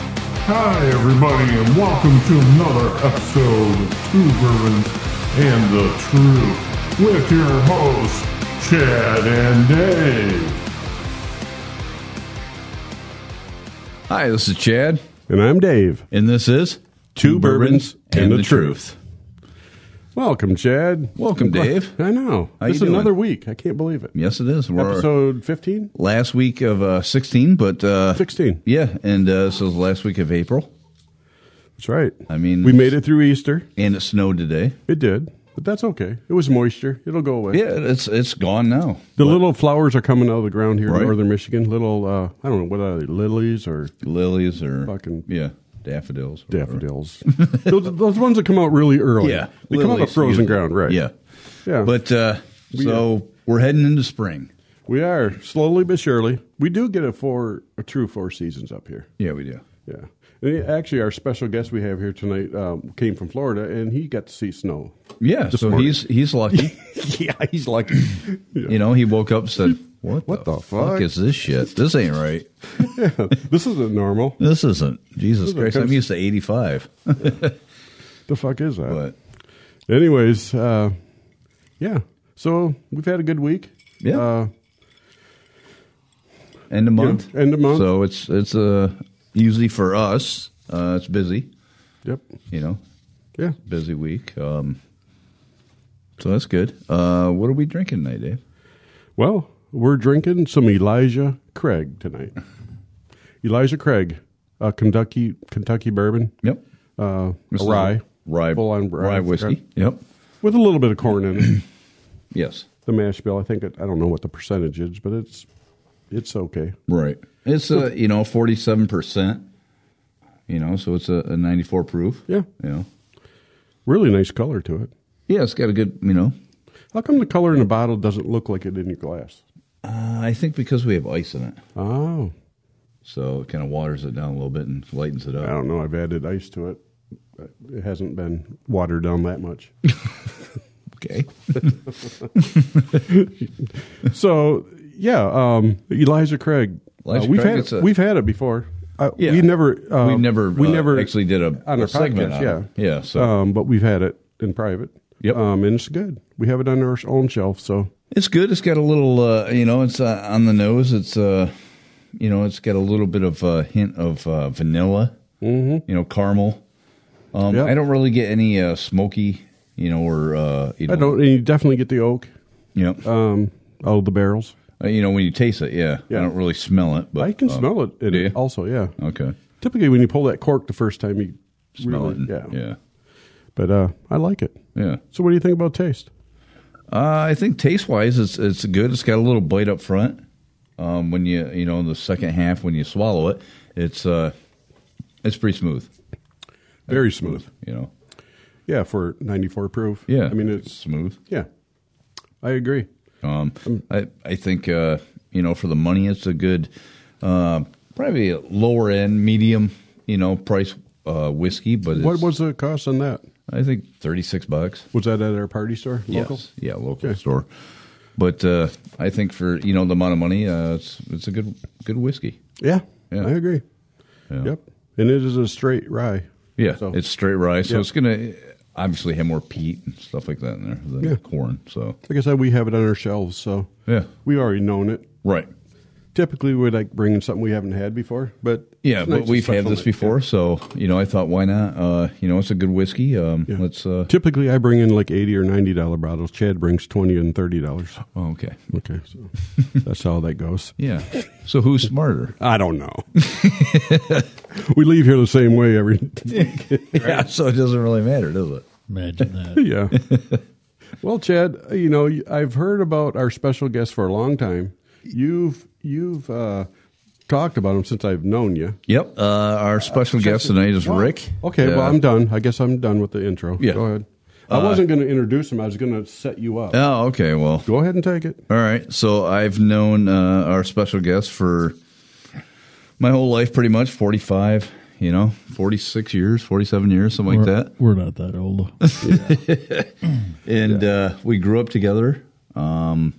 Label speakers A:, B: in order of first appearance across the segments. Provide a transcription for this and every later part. A: Hi, everybody, and welcome to another episode of Two Bourbons and the Truth with your hosts, Chad and Dave.
B: Hi, this is Chad,
C: And I'm Dave.
B: and this is
C: Two Bourbons and the Truth. Welcome, Chad.
B: Welcome, Dave.
C: I know.
B: How
C: this
B: you
C: is another
B: doing?
C: week. I can't believe it.
B: Yes, it is. We're
C: Episode 15?
B: last week of uh, 16, but uh,
C: 16.
B: yeah, and uh, this is the last week of April,
C: That's right.
B: I mean-
C: we made it through Easter.
B: and it snowed today.
C: It did, but that's okay. It was moisture. It'll go away.
B: Yeah, it's it's gone now.
C: The little flowers are coming out of the ground here
B: Right.
C: in northern Michigan. Little, uh, I don't know, what are they, lilies or
B: Lilies or
C: Fucking-
B: yeah, daffodils. or whatever.
C: daffodils? those, those ones that come out really early.
B: Yeah,
C: They come out of
B: lilies,
C: frozen
B: usually.
C: ground, right?
B: Yeah,
C: Yeah.
B: but uh, so we're heading into spring.
C: we are slowly but surely. We do get a four, a true four seasons up here.
B: Yeah, we do.
C: Yeah. And actually, our special guest we have here tonight um, came from Florida, and he got to see snow.
B: Yeah,
C: This
B: so
C: morning.
B: he's he's lucky.
C: yeah, he's like,
B: You know, he woke up and said, "What,
C: What
B: the,
C: the
B: fuck
C: fuck?"
B: is this shit? This ain't right."
C: this isn't normal.
B: This isn't Jesus
C: isn't
B: Christ. I'm
C: cons-
B: used to 85,
C: The fuck is that?
B: but
C: Anyways, uh, yeah. So we've had a good week.
B: Yeah.
C: Uh,
B: end of month,
C: end of month.
B: So it's it's uh usually for us, uh, it's busy.
C: yep.
B: You know,
C: Yeah.
B: busy week. Um, so that's good. Uh, what are we drinking tonight, Dave?
C: Well, we're drinking some Elijah Craig tonight. Elijah Craig, uh, Kentucky Kentucky bourbon.
B: Yep,
C: Uh,
B: This
C: a
B: is
C: rye.
B: rye,
C: Full on
B: rye,
C: rye.
B: whiskey. Yep.
C: With a little bit of corn in it.
B: Yes.
C: the mash bill. I think it, I don't know what the percentage is, but it's it's okay.
B: Right. It's uh, you know 47 percent. You know, so it's a, a 94 proof.
C: Yeah.
B: You know.
C: Really nice color to it.
B: Yeah, it's got a good. You know,
C: How come the color in the bottle doesn't look like it in your glass?
B: uh, I think because we have ice in it.
C: Oh,
B: So it kind of waters it down a little bit and lightens it
C: I
B: up.
C: don't know. I've added ice to it. It hasn't been watered down that much.
B: Okay.
C: so yeah, um, Elijah Craig. uh,
B: Elijah
C: we've
B: Craig,
C: had
B: it's
C: it,
B: a-
C: we've had it before. Uh,
B: Yeah.
C: We never uh,
B: we never
C: we
B: uh,
C: never
B: actually did a,
C: on
B: a
C: our
B: segment
C: podcast,
B: on it.
C: yeah.
B: Yeah, so
C: um, but we've had it in private.
B: Yep.
C: Um, and it's good. We have it on our own shelf, so
B: it's good. It's got a little uh, you know, it's uh, on the nose. It's uh you know, it's got a little bit of a hint of uh, vanilla. Mm-hmm. You know, caramel. Um
C: Yep.
B: I don't really get any uh, smoky, you know, or uh you know,
C: I don't. And you definitely get the oak
B: you know,
C: um, out of the barrels.
B: uh, you know when you taste it, yeah.
C: yeah.
B: I don't really smell it, but
C: I can
B: uh,
C: smell it. in
B: do you?
C: it also, yeah.
B: Okay.
C: Typically, when you pull that cork the first time, you
B: Smell
C: really-
B: it.
C: Yeah.
B: and- Yeah.
C: But uh, I like it.
B: Yeah.
C: So, what do you think about taste?
B: Uh, I think taste wise, it's it's good. It's got a little bite up front. Um, when you you know the second half when you swallow it, it's uh, it's pretty smooth.
C: Very smooth.
B: You know,
C: Yeah, for 94 proof.
B: yeah.
C: I mean, it's
B: smooth.
C: yeah. I agree.
B: Um, I I think uh, you know for the money, it's a good uh, probably a lower end medium you know price uh, whiskey, but
C: What
B: it's-
C: was the cost on that?
B: I think thirty six bucks.
C: Was that at our party store? Local?
B: Yes, yeah, local
C: Okay.
B: store. But uh, I think for you know the amount of money, uh, it's it's a good good whiskey.
C: Yeah.
B: Yeah.
C: I agree.
B: Yeah.
C: Yep. And it is a straight rye.
B: Yeah,
C: So-
B: it's straight rye, so
C: Yeah.
B: it's gonna obviously have more peat and stuff like that in there than
C: Yeah.
B: corn. So
C: Like I said, we have it on our shelves, so
B: yeah,
C: we already known it.
B: right.
C: Typically, we like bringing something we haven't had before, but
B: Yeah,
C: it's nice
B: but
C: to
B: we've had
C: supplement.
B: this before, so you know I thought why not? Uh, you know it's a good whiskey. Um,
C: Yeah.
B: Let's. Uh,
C: Typically, I bring in like eighty or ninety dollar bottles. Chad brings twenty and thirty dollars.
B: oh, okay.
C: Okay, so that's how that goes.
B: Yeah. So who's smarter?
C: I don't know. we leave here the same way every.
B: Yeah. So it doesn't really matter, does it?
D: Imagine that.
C: yeah. Well, Chad, you know I've heard about our special guest for a long time. You've you've uh, talked about him since I've known you.
B: Yep. Uh, our special guest tonight is Rick.
C: Okay,
B: Uh,
C: well I'm done. I guess I'm done with the intro.
B: Yeah. Uh,
C: Go ahead. I wasn't going to introduce him. I was going to set you up.
B: Oh, okay. Well,
C: Go ahead and take it.
B: All right. So I've known uh, our special guest for my whole life, pretty much 45, you know, 46 years, 47 years, something like that.
D: We're not that old.
B: And uh, we grew up together. Um,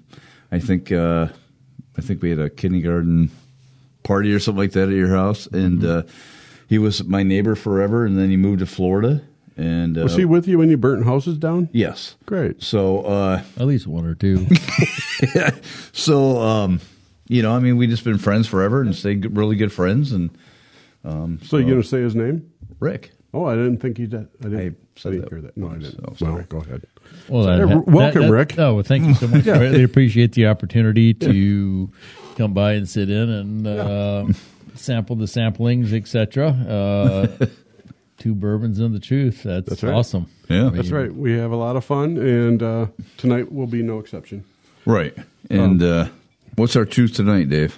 B: I think uh, Mm-hmm. I think we had a kindergarten party or something like that at your house. And, uh, He was my neighbor forever, and then he moved to Florida. And uh,
C: Was he with you when you burnt houses down?
B: yes,
C: Great.
B: so uh,
D: At least one or two.
B: so um, you know, I mean, we just been friends forever and stayed good- really good friends. And
C: So you gonna say his name?
B: Rick,
C: Oh, I didn't think you did. I didn't,
B: I said
C: I didn't
B: that
C: hear that. No, I didn't.
B: So, sorry.
C: No, go ahead.
D: Well,
C: So,
D: that-
C: yeah, welcome,
D: that- that-
C: Rick.
D: Oh, well, thank you so much. Greatly appreciate the opportunity to come by and sit in and uh, sample the samplings, etc. Uh, two bourbons and the truth. That's,
C: right.
D: awesome.
B: Yeah.
D: I mean,
C: That's right. We have a lot of fun, and uh, tonight will be no exception.
B: right? And uh, what's our truth tonight, Dave?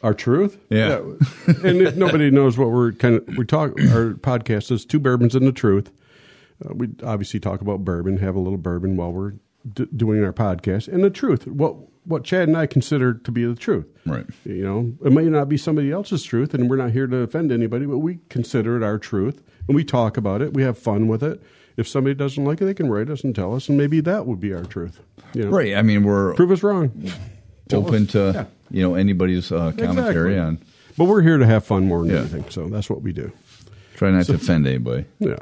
C: Our truth,
B: Yeah.
C: and if nobody knows what we're kind of we talk, our podcast is two bourbons and the truth. Uh, we obviously talk about bourbon, have a little bourbon while we're d- doing our podcast, and the truth. What what Chad and I consider to be the truth.
B: Right.
C: You know, it may not be somebody else's truth, and we're not here to offend anybody, but we consider it our truth, and we talk about it. We have fun with it. If somebody doesn't like it, they can write us and tell us, and maybe that would be our truth. You know?
B: Right. I mean, we're
C: Prove us wrong. Tell
B: open
C: us.
B: to
C: Yeah.
B: you know anybody's uh, commentary
C: Exactly.
B: on.
C: But we're here to have fun more than
B: Yeah.
C: anything, so that's what we do.
B: Try not to offend anybody.
C: Yeah.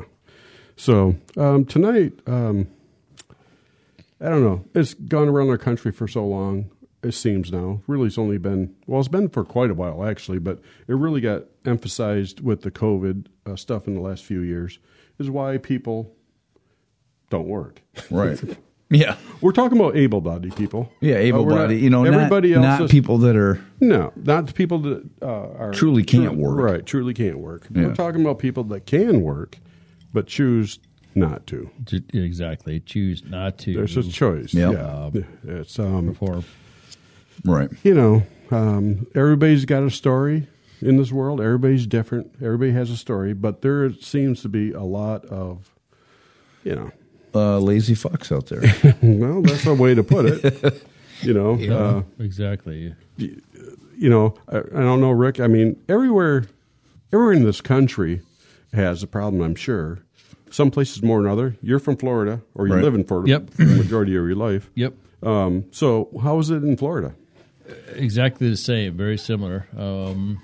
C: So um, tonight, um, I don't know. It's gone around our country for so long. It seems now. Really, it's only been well. It's been for quite a while actually, but it really got emphasized with the COVID uh, stuff in the last few years. Is why people don't work.
B: Right. yeah.
C: We're talking about able-bodied people.
B: Yeah.
C: Uh, we're not-
B: Able bodied. You know,
C: everybody
B: not,
C: else
B: not
C: is-
B: people that are
C: No, not the people that uh, are
B: Truly can't work.
C: Right, truly can't work.
B: Yeah.
C: We're talking about people that can work, but choose not to.
D: Ju- Exactly. Choose not to.
C: There's a choice.
B: Yep.
C: Yeah, it's um,
D: perform.
B: right.
C: you know, um, everybody's got a story in this world. Everybody's different. Everybody has a story, but there seems to be a lot of, you know,
B: Uh, lazy fucks out there.
C: well, that's a way to put it. You know, uh,
D: exactly.
C: you know, I, I don't know, Rick. I mean, everywhere, everywhere in this country has a problem. I'm sure. Some places more than other. You're from Florida, or you
B: Right.
C: live in Florida
D: Yep.
C: for the majority of your life.
D: Yep.
C: Um, so, how is it in Florida?
D: Exactly the same. Very similar. Um,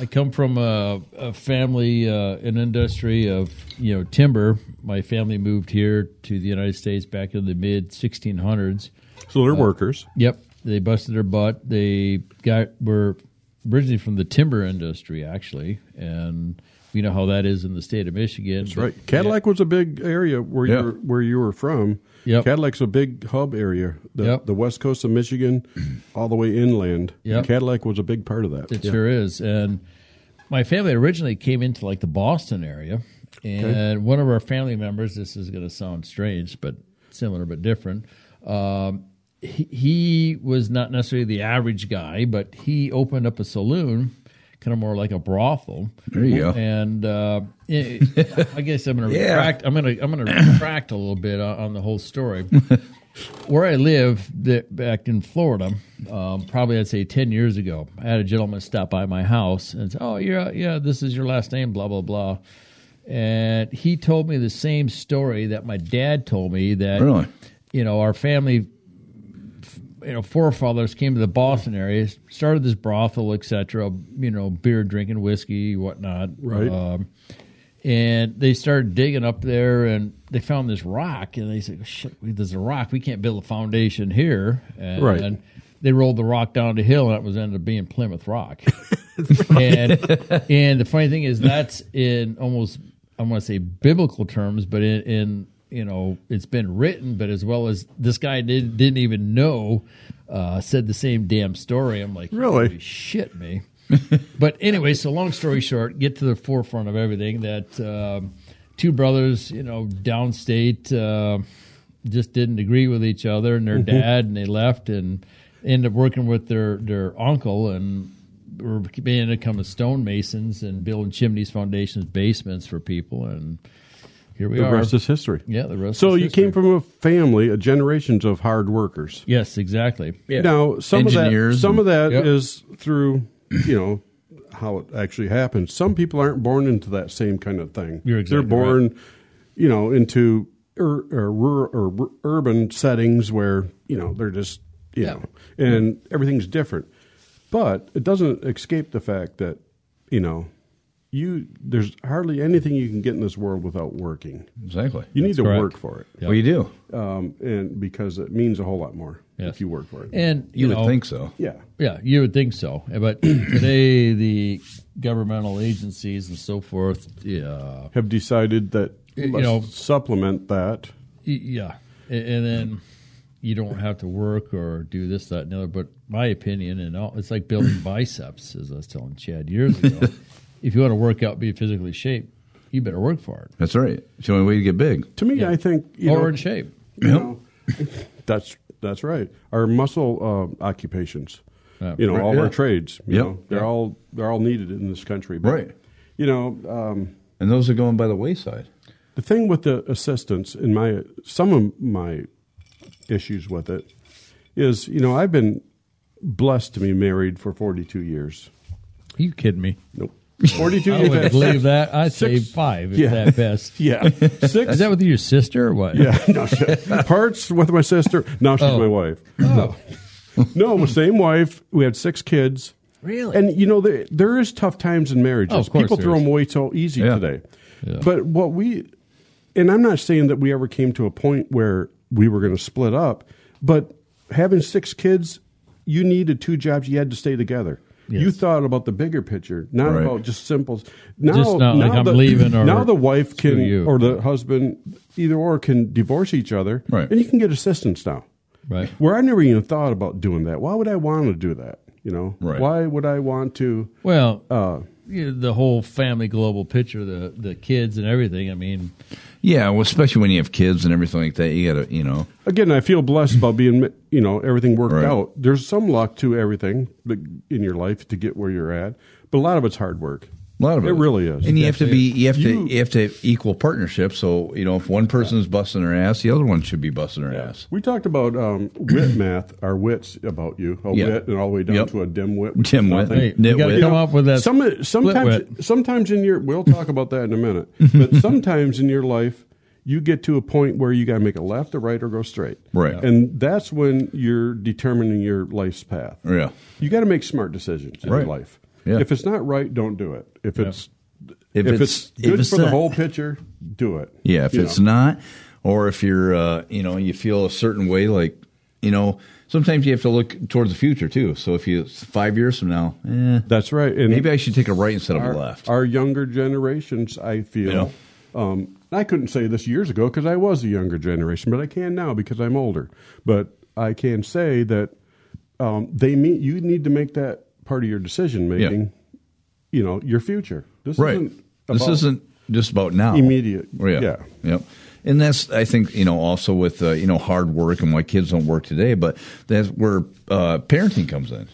D: I come from a, a family, uh, an industry of you know timber. My family moved here to the United States back in the mid 1600s.
C: So they're workers.
D: Yep, they busted their butt. They got were originally from the timber industry, actually, and we know how that is in the state of Michigan. That's
C: Right. Cadillac was a big area where
B: Yeah.
C: you were, where you were from.
D: Yep.
C: Cadillac's a big hub area. The,
D: Yep.
C: the west coast of Michigan, all the way inland.
D: Yep.
C: Cadillac was a big part of that.
D: It sure is. And my family originally came into like the Boston area, and one of our family members. This is going to sound strange, but similar but different. Um, he, he was not necessarily the average guy, but he opened up a saloon, kind of more like a brothel.
B: There you go.
D: And uh, I I guess I'm going to
B: Yeah.
D: retract. I'm going to I'm going to retract a little bit on, on the whole story. where I live that back in Florida, um, probably I'd say 10 years ago, I had a gentleman stop by my house and say, Oh, yeah, yeah, this is your last name, blah, blah, blah. And he told me the same story that my dad told me that,
B: Really?
D: you know, our family, f- you know, forefathers came to the Boston area, started this brothel, et cetera, you know, beer drinking, whiskey, whatnot.
C: Right.
D: Um, and they started digging up there and they found this rock and they said shit there's a rock we can't build a foundation here and,
C: Right.
D: and they rolled the rock down the hill and it was ended up being plymouth rock and and the funny thing is that's in almost i want to say biblical terms but in, in you know it's been written but as well as this guy did, didn't even know uh, said the same damn story i'm like
C: Really?
D: "Holy shit me but anyway, so long story short, get to the forefront of everything that um, two brothers, you know, downstate, uh, just didn't agree with each other and their
C: Mm-hmm.
D: dad, and they left and ended up working with their their uncle and were being become stonemasons and building chimneys, foundations, basements for people, and here we
C: The
D: are.
C: rest is history.
D: yeah, the rest.
C: So
D: is
C: you came
D: history.
C: from a family, a generations of hard workers.
D: yes, exactly.
C: Now some
B: Engineers
C: of that, some
B: and-
C: of that is
D: Yep.
C: through, you know, how it actually happens. Some people aren't born into that same kind of thing.
D: You're exactly
C: They're born, you know, into ur- or rural or ur- urban settings where you know they're just you know, and everything's different. But it doesn't escape the fact that you know you there's hardly anything you can get in this world without working.
B: Exactly.
C: You need to
D: correct.
C: work for it,
D: Yeah.
B: Well, you do.
C: um, and because it means a whole lot more
D: Yes.
C: if you work for it.
D: And
B: You,
D: you,
B: would
D: know,
B: think so.
C: yeah,
D: Yeah, you would think so. But today, the governmental agencies and so forth, yeah,
C: have decided that
D: You
C: let's
D: know-
C: supplement that.
D: yeah, and, and then you don't have to work or do this, that, and the other. But my opinion, and all, it's like building biceps, as I was telling Chad years ago. if you want to work out, be physically shaped, you better work for it
B: That's right. It's the only way to get big.
C: To me, I think you
D: or
C: know,
D: in shape.
C: you know, that's that's right. Our muscle uh, occupations,
D: Yeah.
C: you know, all
B: Yeah.
C: our trades, you
B: Yep.
C: know, they're all they're all needed in this country, But,
B: Right.
C: You know, um,
B: And those are going by the wayside.
C: the thing with the assistants in my some of my issues with it is, you know, I've been blessed to be married for forty two years.
D: Are you kidding me?
C: Nope, forty two
D: I
C: years.
D: wouldn't believe that. I'd say
C: Six-
D: five, if
C: Yeah.
D: that best.
C: yeah,
D: Is
C: six.
D: that with your sister or what?
C: Yeah, no, shit. parts with my sister. Now she's
D: Oh.
C: my wife.
D: Oh,
C: No, my same wife. We had six kids.
D: really?
C: And you know, there, there is tough times in marriages.
D: Oh, of course
C: People
D: there
C: throw
D: is.
C: them away so easy
B: Yeah.
C: today.
D: Yeah.
C: But what we, and I'm not saying that we ever came to a point where we were going to split up, but having six kids, you needed two jobs. You had to stay together. You
D: Yes.
C: thought about the bigger picture, not
B: Right.
C: about just simple. Now,
D: Just not like I'm
C: the,
D: leaving or
C: now the wife
D: screw
C: can
D: you.
C: or the husband, either or, can divorce each other,
B: Right.
C: and you can get assistance now
D: Right.
C: where I never even thought about doing that. Why would I want to do that? You know,
B: Right.
C: why would I want to?
D: Well,
C: Oh.
D: you know, the whole family global picture, the the kids and everything. I mean,
B: Yeah, well, especially when you have kids and everything like that, you gotta, you know,
C: Again, I feel blessed about being, you know, everything worked
B: Right.
C: out. There's some luck to everything that- in your life to get where you're at, but a lot of it's hard work.
B: a lot of it.
C: It really is.
B: And you have to be, you have
C: You-
B: to, you have to have equal partnership. So you know, if one person's busting their ass, the other one should be busting their ass.
C: We talked about um, wit math, our wits about you, a
B: Yeah.
C: wit, and all the way down
B: Yep.
C: to a dimwit. which is
B: Dimwit,
C: nothing.
D: Hey, you gotta
B: nitwit.
D: come up with that.
C: Some, sometimes,
D: wit.
C: sometimes in your, we'll talk about that in a minute. But sometimes in your life, you get to a point where you got to make a left, a right, or go straight.
B: Right.
C: and that's when you're determining your life's path.
B: Yeah.
C: You got to make smart decisions in
B: Right.
C: your life.
B: Yeah.
C: If it's not right, don't do it. If it's
B: If
C: if,
B: it's-
C: it's,
B: if
C: good
B: it's
C: for
B: not-
C: the whole picture, do it.
B: Yeah, if
C: You
B: it's
C: know.
B: not, or if you're, uh, you know, you feel a certain way, like, you know, sometimes you have to look towards the future too. So if you it's five years from now, eh,
C: that's right. And
B: maybe I should take a right instead of
C: our,
B: a left.
C: Our younger generations, I feel.
B: Yeah.
C: Um, I couldn't say this years ago because I was a younger generation, but I can now because I'm older. But I can say that um, they mean you need to make that part of your decision making. You know your future. This
B: right.
C: isn't.
B: This
C: about-
B: isn't just about now.
C: Immediate.
B: Yeah.
C: Yeah.
B: Yep. And that's I think you know also with uh, you know hard work and why kids don't work today, but that's where uh, parenting comes in.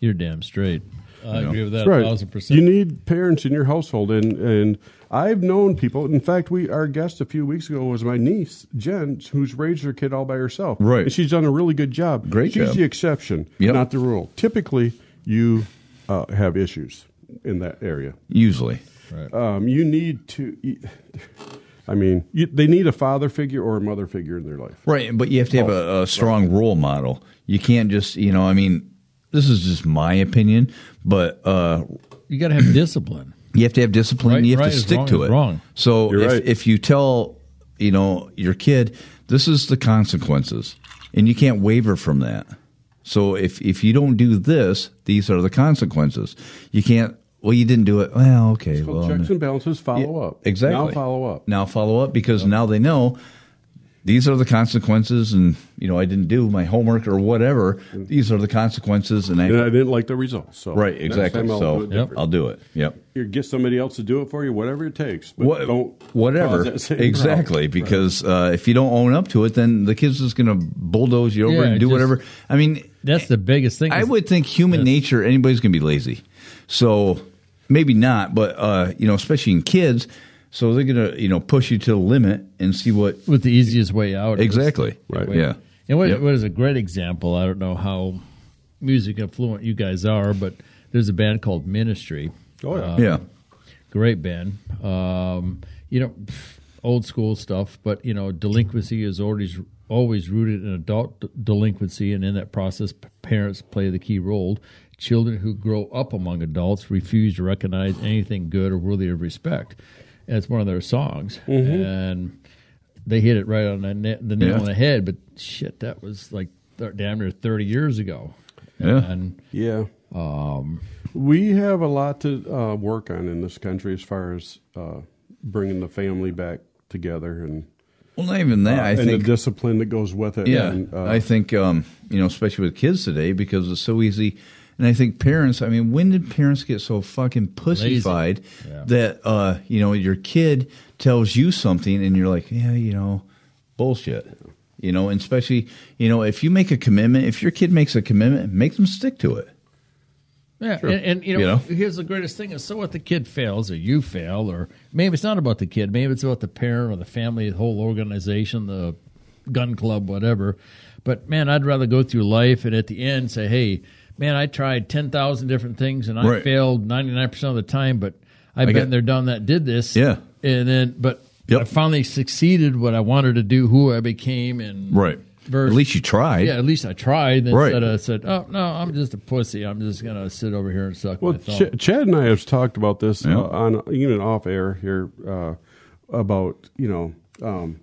D: you're damn straight. I agree with that
C: That's right.
D: a thousand percent.
C: You need parents in your household, and and I've known people. In fact, we our guest a few weeks ago was my niece Jen, who's raised her kid all by herself.
B: Right.
C: and she's done a really good job.
B: Great
C: She's
B: job.
C: the exception,
B: Yep.
C: not the rule. Typically, you uh, have issues in that area.
B: Usually.
C: Um, you need to. I mean, you, they need a father figure or a mother figure in their life.
B: Right, but you have to have
C: Oh,
B: a, a strong role model. You can't just, you know, I mean, this is just my opinion, but uh,
D: you got to have discipline.
B: you have to have discipline.
D: Right-
B: you have
D: right
B: to
D: is
B: stick
D: wrong
B: to
D: is
B: it.
D: wrong.
B: So
C: You're
B: if,
C: right.
B: if you tell, you know, your kid, this is the consequences, and you can't waver from that. So if if you don't do this, these are the consequences. You can't. Well, you didn't do it. Well, okay.
C: Well,
B: well,
C: checks and balances follow up.
B: Exactly.
C: Now follow up.
B: Now follow up because now they know these are the consequences, and you know I didn't do my homework or whatever.
C: Mm.
B: These are the consequences, and I
C: And I didn't like the results. So
B: right
C: next
B: exactly.
C: time I'll do
B: So
C: it
D: different.
B: I'll do it. Yep.
C: you get somebody else to do it for you, whatever it takes. But
B: What,
C: don't
B: whatever,
C: cause that same
B: exactly.
C: problem.
B: Because uh, if you don't own up to it, then the kid's just going to bulldoze you over
D: Yeah,
B: and do
D: just-
B: whatever. I mean,
D: That's the biggest thing.
B: I
D: is-
B: would think human nature, anybody's going to be lazy. So maybe not, but uh, you know, especially in kids. So they're going to you know push you to the limit and see what
D: with the easiest way out. is-
B: Exactly.
C: Right.
B: Yeah.
D: And what,
B: Yep.
D: what is a great example? I don't know how music affluent you guys are, but there's a band called Ministry.
C: Oh, yeah.
B: yeah.
D: great band. Um, you know, pff, old school stuff, but you know, delinquency is always always rooted in adult d- delinquency, and in that process, p- parents play the key role Children who grow up among adults refuse to recognize anything good or worthy of respect. And it's one of their songs, and they hit it right on the, na- the nail
B: Mm-hmm. Yeah.
D: on the head. But shit, that was like th- damn near thirty years ago.
B: Yeah.
D: And
C: Yeah. Um, we have a lot to uh, work on in this country as far as uh, bringing the family back together and, uh,
B: Well, not even that. I
C: and
B: think
C: the discipline that goes with it.
B: Yeah,
C: And, uh,
B: I think um, you know, especially with kids today, because it's so easy. And I think parents. I mean, when did parents get so fucking pussyfied
D: Yeah.
B: that uh, you know your kid tells you something and you're like, yeah, you know, bullshit. You know, and especially you know if you make a commitment, if your kid makes a commitment, make them stick to it.
D: Yeah, and, and you, know,
B: You know?
D: here's the greatest thing: is so what the kid fails, or you fail, or maybe it's not about the kid, maybe it's about the parent or the family, the whole organization, the gun club, whatever. But man, I'd rather go through life and at the end say, "Hey, man, I tried ten thousand different things and I
B: Right.
D: failed ninety nine percent of the time, but I've
B: I
D: been
B: got-
D: there, done that, did this,
B: Yeah.
D: and then but
B: Yep.
D: I finally succeeded what I wanted to do, who I became, and
B: At
D: Versus-
B: least you tried.
D: yeah, at least I tried. Then
B: Right.
D: instead of said, "Oh no, I'm just a pussy. I'm just gonna sit over here and suck
C: Well,
D: my thumb."
C: Ch- Chad and I have talked about this
B: Yeah.
C: uh, on even off air here uh, about you know um,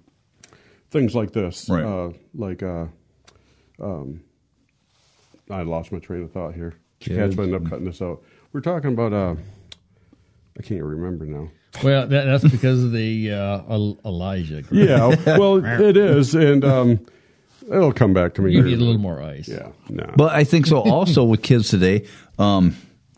C: things like this,
B: Right.
C: uh, like uh, um, I lost my train of thought here. Chad's going to end up cutting this out. We're talking about uh, I can't remember now.
D: well, that, that's because of the uh, El- Elijah. Grant.
C: Yeah, well, it is, and um, it'll come back to me.
D: You
C: here.
D: need a little more ice.
C: Yeah, no.
B: But I think so. Also with kids today, um,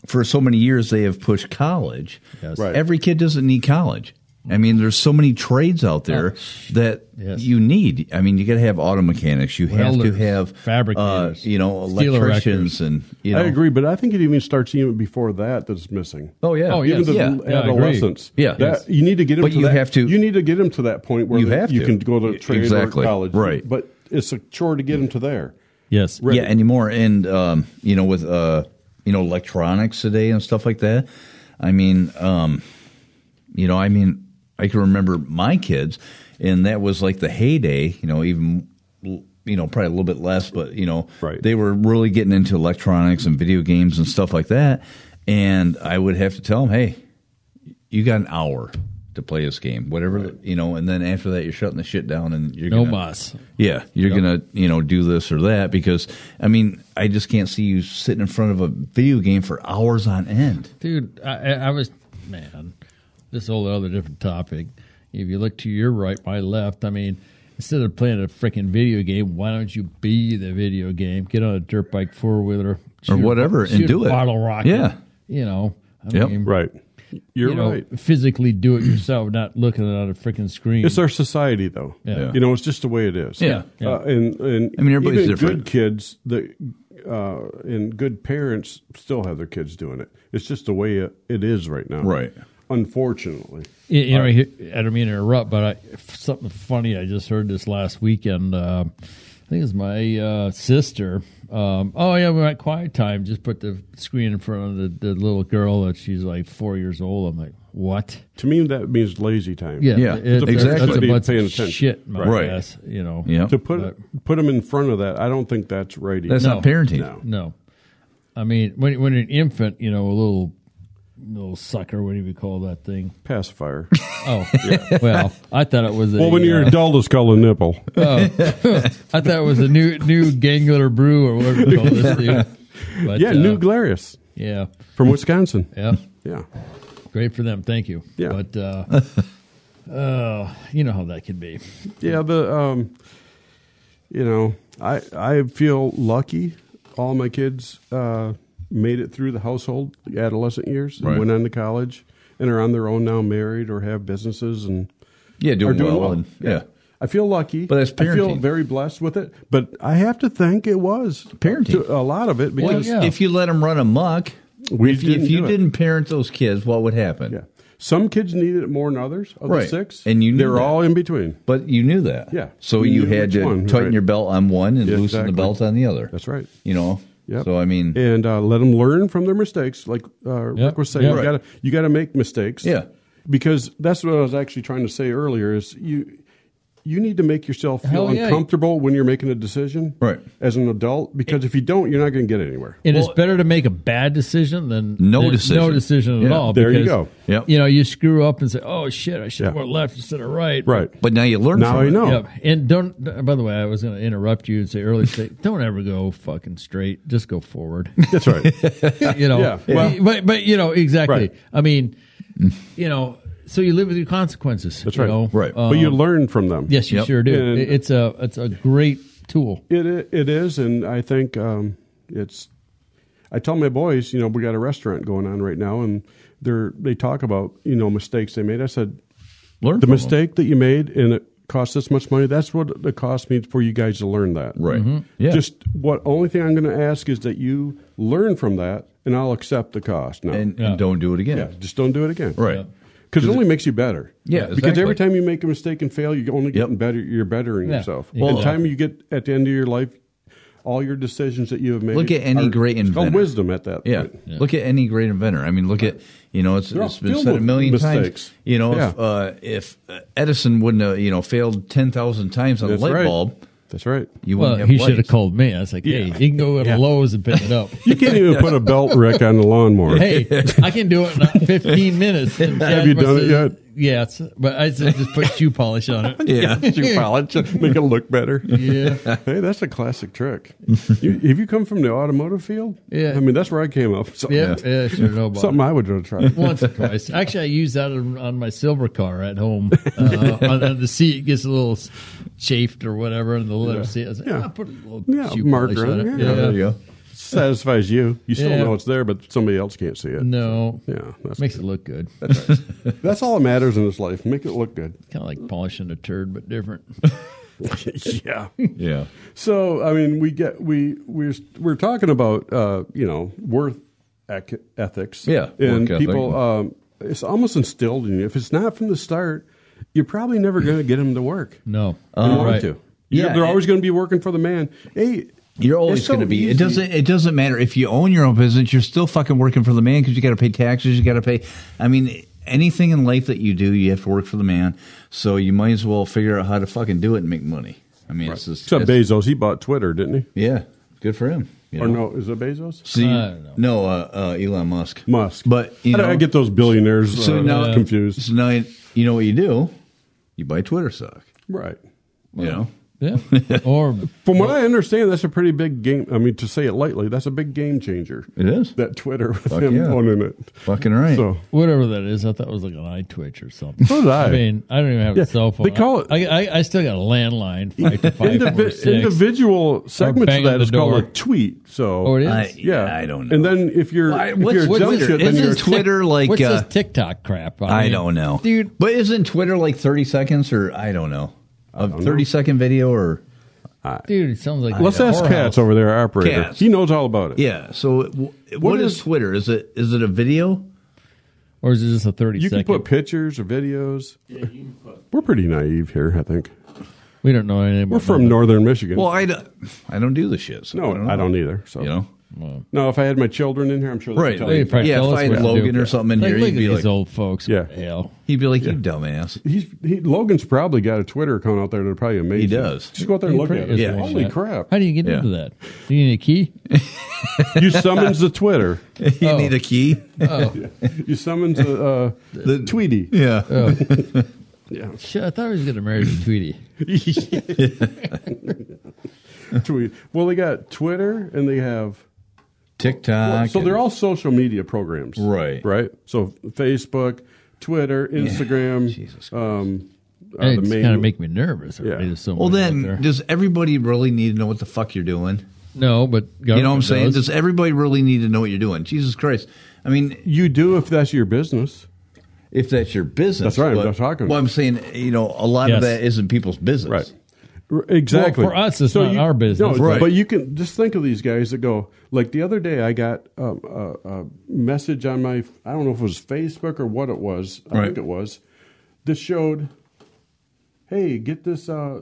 B: for so many years they have pushed college.
D: Yes.
C: Right.
B: Every kid doesn't need college. I mean, there's so many trades out there that
D: Yes.
B: you need. I mean, you got to have auto mechanics. You have
D: Welders,
B: to have
D: fabricators,
B: uh, you know,
D: steel
B: electricians,
D: erectors.
B: and you know.
C: I agree, but I think it even starts even before that that's missing.
B: Oh yeah.
D: Oh,
C: even
D: yes.
C: the
B: Yeah.
C: l-
D: Yeah, I agree.
C: adolescence.
B: Yeah.
C: That-
B: Yes.
C: you need to get them.
B: But
C: to
B: you
C: that-
B: have to-
C: You need to get them to that point where
B: You
C: they-
B: have
C: you
B: to. E-,
C: can go to trade
B: Exactly.
C: or college,
B: Right.
C: But it's a chore to get them to there.
D: Yes.
C: Right.
B: Yeah, anymore, and um, you know, with uh, you know, electronics today and stuff like that. I mean, um, you know, I mean, I can remember my kids, and that was like the heyday. You know, even l- you know, probably a little bit less, but you know,
C: Right.
B: they were really getting into electronics and video games and stuff like that. And I would have to tell them, hey, you got an hour to play this game, whatever you know, and then after that, you're shutting the shit down, and you're
D: No
B: gonna,
D: mas.
B: yeah, you're gonna you know do this or that because I mean I just can't see you sitting in front of a video game for hours on end.
D: dude. I, I I was man. This whole other different topic. If you look to your right, my left. I mean, instead of playing a freaking video game, why don't you be the video game? Get on a dirt bike, four wheeler,
B: whatever, and do it.
D: Bottle rocket.
B: Yeah.
D: You know. I
B: Yep.
D: mean,
C: Right. You're
D: you know,
C: right.
D: physically do it yourself, not looking at a freaking screen.
C: It's our society, though.
D: Yeah.
C: You know, it's just the way it is.
B: Yeah.
D: Yeah.
C: Uh, and and
B: I mean, everybody's
C: even
B: different.
C: good kids that uh, and good parents still have their kids doing it. It's just the way it, it is right now.
B: Right.
C: Unfortunately.
D: You, you know, he- I don't mean to interrupt, but I, something funny I just heard this last weekend. Uh, I think it was my uh, sister. Um, oh yeah, we were at quiet time. Just put the screen in front of the, the little girl, and she's like four years old. I'm like, what?
C: To me, that means lazy time.
D: Yeah,
B: Yeah,
D: That's,
B: exactly.
D: that's a
B: Be
D: bunch
C: paying
D: of
C: attention.
D: shit, my
B: Right.
D: ass. You know.
B: Yeah,
C: To put put them in front of that, I don't think that's right. either.
B: Oh, that's
D: No.
B: not Mm. parenting.
C: No.
D: No, I mean when when you're an infant, you know, a little little sucker, whatever you call that thing.
C: pacifier.
D: Oh, well, I thought it was. A,
C: well, when you're
D: uh,
C: an adult, it's called a nipple.
D: I thought it was a new new gangular brew or whatever you call this thing. But,
C: yeah,
D: uh,
C: New Glarus
D: yeah,
C: from Wisconsin.
D: yeah,
C: Yeah,
D: great for them. Thank you.
C: Yeah.
D: but uh, uh, you know how that could be.
C: yeah. The um, you know, I I feel lucky. All my kids uh, made it through the household, the adolescent years, and
B: Right.
C: went on to college, and are on their own now, married or have businesses, and
B: Yeah,
C: are
B: doing,
C: doing
B: well,
C: well.
B: and yeah,
C: I feel lucky.
B: But that's
C: I feel
B: parenting.
C: very blessed with it. But I have to think it was
B: Parenting.
C: to a lot of it
D: Well,
C: because
D: Yeah.
B: If you let them run amok,
C: We
B: if you,
C: didn't
B: if you
C: do it.
B: didn't parent those kids, what would happen?
C: Yeah. Some kids needed it more than others. Of the
B: Right.
C: six,
B: And you knew
C: they're
B: that.
C: all in between.
B: But you knew that.
C: Yeah.
B: So
C: You
B: you,
C: knew
B: had
C: which
B: to
C: one,
B: tighten
C: right.
B: your belt on one and
C: Yeah,
B: loosen
C: exactly.
B: the belt on the other.
C: That's right.
B: You know.
C: Yep.
B: So I mean,
C: and uh, let them learn from their mistakes. Like uh,
D: Yep.
C: Rick was saying,
D: Yeah.
C: you
B: Right.
C: got to you got to make mistakes.
B: Yeah.
C: because that's what I was actually trying to say earlier. Is you you need to make yourself feel
D: Hell yeah.
C: uncomfortable when you're making a decision
B: Right.
C: as an adult because if you don't, you're not going to get anywhere.
D: And it's better to make a bad decision than
B: No
D: than
B: decision.
D: No decision at
B: Yeah.
D: all.
C: There you
D: because,
C: go.
B: Yep.
D: You know, you screw up and say, "Oh shit, I should have
C: Yeah.
D: went left instead of right."
C: Right. Oh.
B: But now you learn.
C: Now
B: from
C: I
B: it.
C: know.
D: Yep. And don't. By the way, I was going to interrupt you and say early state. Don't ever go fucking straight. Just go forward.
C: That's right.
D: you know.
C: Yeah, well-
D: but but you know exactly.
C: Right.
D: I mean, you know. So you live with your consequences.
C: That's
D: you
C: right.
D: know?
B: Right.
D: Uh,
C: but you learn from them.
D: yes, you
B: Yep.
D: sure do.
C: And-
D: It- it's a it's a great tool.
C: It i- it is, and I think um, it's. I tell my boys, you know, we got a restaurant going on right now, and they're they talk about you know mistakes they made. I said
B: Learn
C: the
B: from
C: mistake that you made and it cost this much money. That's what the cost means for you guys to learn that.
B: Them. Right.
D: Mm-hmm.
B: Yeah.
C: Just what only thing I'm going to ask is that you learn from that, and I'll accept the cost. No,
B: and,
D: Yeah.
B: and don't do it again.
C: yeah, just don't do it again.
B: Right.
D: Yeah.
C: Because it only makes you better.
B: Yeah,
C: Because
B: exactly.
C: every time you make a mistake and fail, you're only getting
B: Yep.
C: better. You're bettering
D: Yeah.
C: yourself.
D: Well-
C: Well, the time you get at the end of your life, all your decisions that you have made.
B: Look at any great
C: it's called
B: inventor.
C: wisdom at that.
B: Yeah.
C: point.
B: Look at any great inventor. I mean, look at you know it's,
C: They're all
B: it's been
C: filled
B: said a
C: with
B: million
C: mistakes.
B: times. You know, if,
C: Yeah.
B: uh, if Edison wouldn't have you know failed ten thousand times on a
C: That's
B: light
C: right.
B: bulb,
C: That's right.
B: you
D: Well,
B: wouldn't have
D: he should have
B: lights.
D: called me. I was like, "Hey, you can go to Lowe's and pick it up."
C: You can't even put a belt rick on the lawnmower.
D: hey, I can do it in 15 minutes. And Chad
C: you
D: must
C: done it yet?
D: have- Yes, but I said just put shoe polish on it.
B: Yeah.
C: you polish it, make it look better.
D: Yeah.
C: Hey, that's a classic trick. You, have you come from the automotive field?
D: Yeah.
C: I mean, that's where I came up. Something,
D: Yeah, yeah, sure know about
C: something
D: it.
C: I would have tried.
D: Once or twice. Actually, I use that on, on my silver car at home. Uh, on, on the seat it gets a little s- chafed or whatever, and the leather
C: Yeah.
D: seat. I was like,
C: Yeah.
D: "Ah, put a little
C: Yeah,
D: shoe
C: marker
D: polish on
C: on
D: it.
C: it. Yeah,
B: There you go.
C: Satisfies you. You still
D: Yeah.
C: know it's there, but somebody else can't see it.
D: No,
C: Yeah, that's,
D: makes it look good.
C: that's all that matters in this life. Make it look good.
D: Kind of like polishing a turd, but different.
C: yeah.
B: Yeah.
C: So I mean, we get we we're we're talking about uh, you know worth ec- ethics.
B: Yeah,
C: and
B: work ethic.
C: people, um, it's almost instilled in you. If it's not from the start, you're probably never going to get them to work.
D: No,
C: you want
D: right.
C: to. You're-
B: Uh, Yeah,
C: they're
B: it-
C: always going to be working for the man. Hey,
B: You're always
C: it's so
B: going to be. It
C: easy.
B: doesn't. It doesn't matter if you own your own business. You're still fucking working for the man because you got to pay taxes. You got to pay. I mean, anything in life that you do, you have to work for the man. So you might as well figure out how to fucking do it and make money. I mean, it's just
C: Except
B: it's-
C: Bezos, he bought Twitter, didn't
B: yeah, good for him. you
C: he? Or
B: know.
C: no, is it Bezos?
B: See,
D: I don't know.
B: no, uh, uh, Elon Musk.
C: Musk.
B: But you
C: I, don't-
B: know,
C: I get those billionaires
B: So
C: uh,
B: now-
C: confused.
B: So now you, you know what you do. You buy Twitter stock.
C: Right.
B: you know.
D: Yeah, or
C: From what I understand, that's a pretty big game. I mean, to say it lightly, that's a big game changer.
B: It is
C: That Twitter with him
B: yeah.
C: owning it.
B: fucking right.
C: So
D: whatever that is. I thought it was like an eye twitch or something.
C: So did I.
D: mean, I don't even have
C: Yeah,
D: a cell phone.
C: they call it-
D: I, I, I still got a landline. Five to five,
C: Indivi-
D: four, six.
C: individual segments
D: bang
C: of
D: on
C: that
D: the
C: is called a
D: door.
C: tweet. So
D: Oh, it is?
B: I,
C: yeah,
B: I don't know.
C: And then if you're
B: Why-
C: if
B: what's-
C: you're a
B: what's
C: junk
B: it-
C: shit, then
B: isn't
C: you're
B: it Twitter like,
D: what's
B: uh,
D: this TikTok crap?
B: I
D: mean,
B: don't know,
D: dude.
B: But isn't Twitter like thirty seconds or I don't know a
C: don't know.
B: thirty second video or
D: Dude, it sounds like
C: Let's
D: a
C: ask
D: whorehouse.
C: Katz over there, our operator.
B: Katz.
C: He knows all about it.
B: yeah? So it- w- what
C: What
B: is,
C: is-
B: Twitter? Is it is it a video?
D: or is it just a thirty
C: You
D: second?
C: can put pictures or videos. We're pretty naive here, I think.
D: we don't know anything.
C: We're from northern Michigan.
B: Well, I, don't- I don't do the shit. So
C: no,
B: I
C: I
B: don't,
C: don't,
B: know.
C: either. So
B: You know,
C: no, if I had my children in here, I'm sure they
B: Right,
C: could tell
B: they
C: you.
B: probably- Yeah, if I had Logan or something in
D: like,
B: here,
D: Look
B: you'd
D: at
B: be
D: these
B: like-
D: old folks.
C: Yeah.
D: What the hell?
B: he'd be like, "You dumbass."
C: He's he, Logan's probably got a Twitter account out there that probably amazing.
B: He does.
C: Just go out there and look at it.
D: Pretty-
B: Yeah.
C: Holy
D: that.
C: crap!
D: How do you get
B: Yeah.
D: into that? Do you need a key?
C: You summons the Twitter.
B: you need a key.
C: You summons the uh, the Tweety.
B: yeah.
C: Yeah.
D: Shit, I thought he was going to marry the
C: Uh,
D: Tweety.
C: Tweet. Well, they got Twitter and they have.
B: TikTok.
C: so
B: and-
C: they're all social media programs,
B: Right.
C: Right. So Facebook, Twitter, Instagram.
B: Jesus
C: um, are the
D: It's
C: main.
D: kind of make me nervous.
C: Yeah.
D: already, there's so
B: Well,
D: many out there.
B: then, does everybody really need to know what the fuck you're doing?
D: no, but
B: You know what I'm saying? Does everybody really need to know what you're doing? Jesus Christ! I mean,
C: you do if that's your business.
B: if that's your business.
C: That's right,
B: But,
C: I'm talking-
B: Well, I'm saying, you know, a lot
D: Yes.
B: of that isn't people's business.
C: Right. R- Exactly.
D: Well, for us, it's not our business,
C: No,
B: Right.
C: But you can just think of these guys that go. Like the other day, I got um, a, a message on my. I don't know if it was Facebook or what it was. I
B: Right.
C: think it was. This showed, hey, get this uh,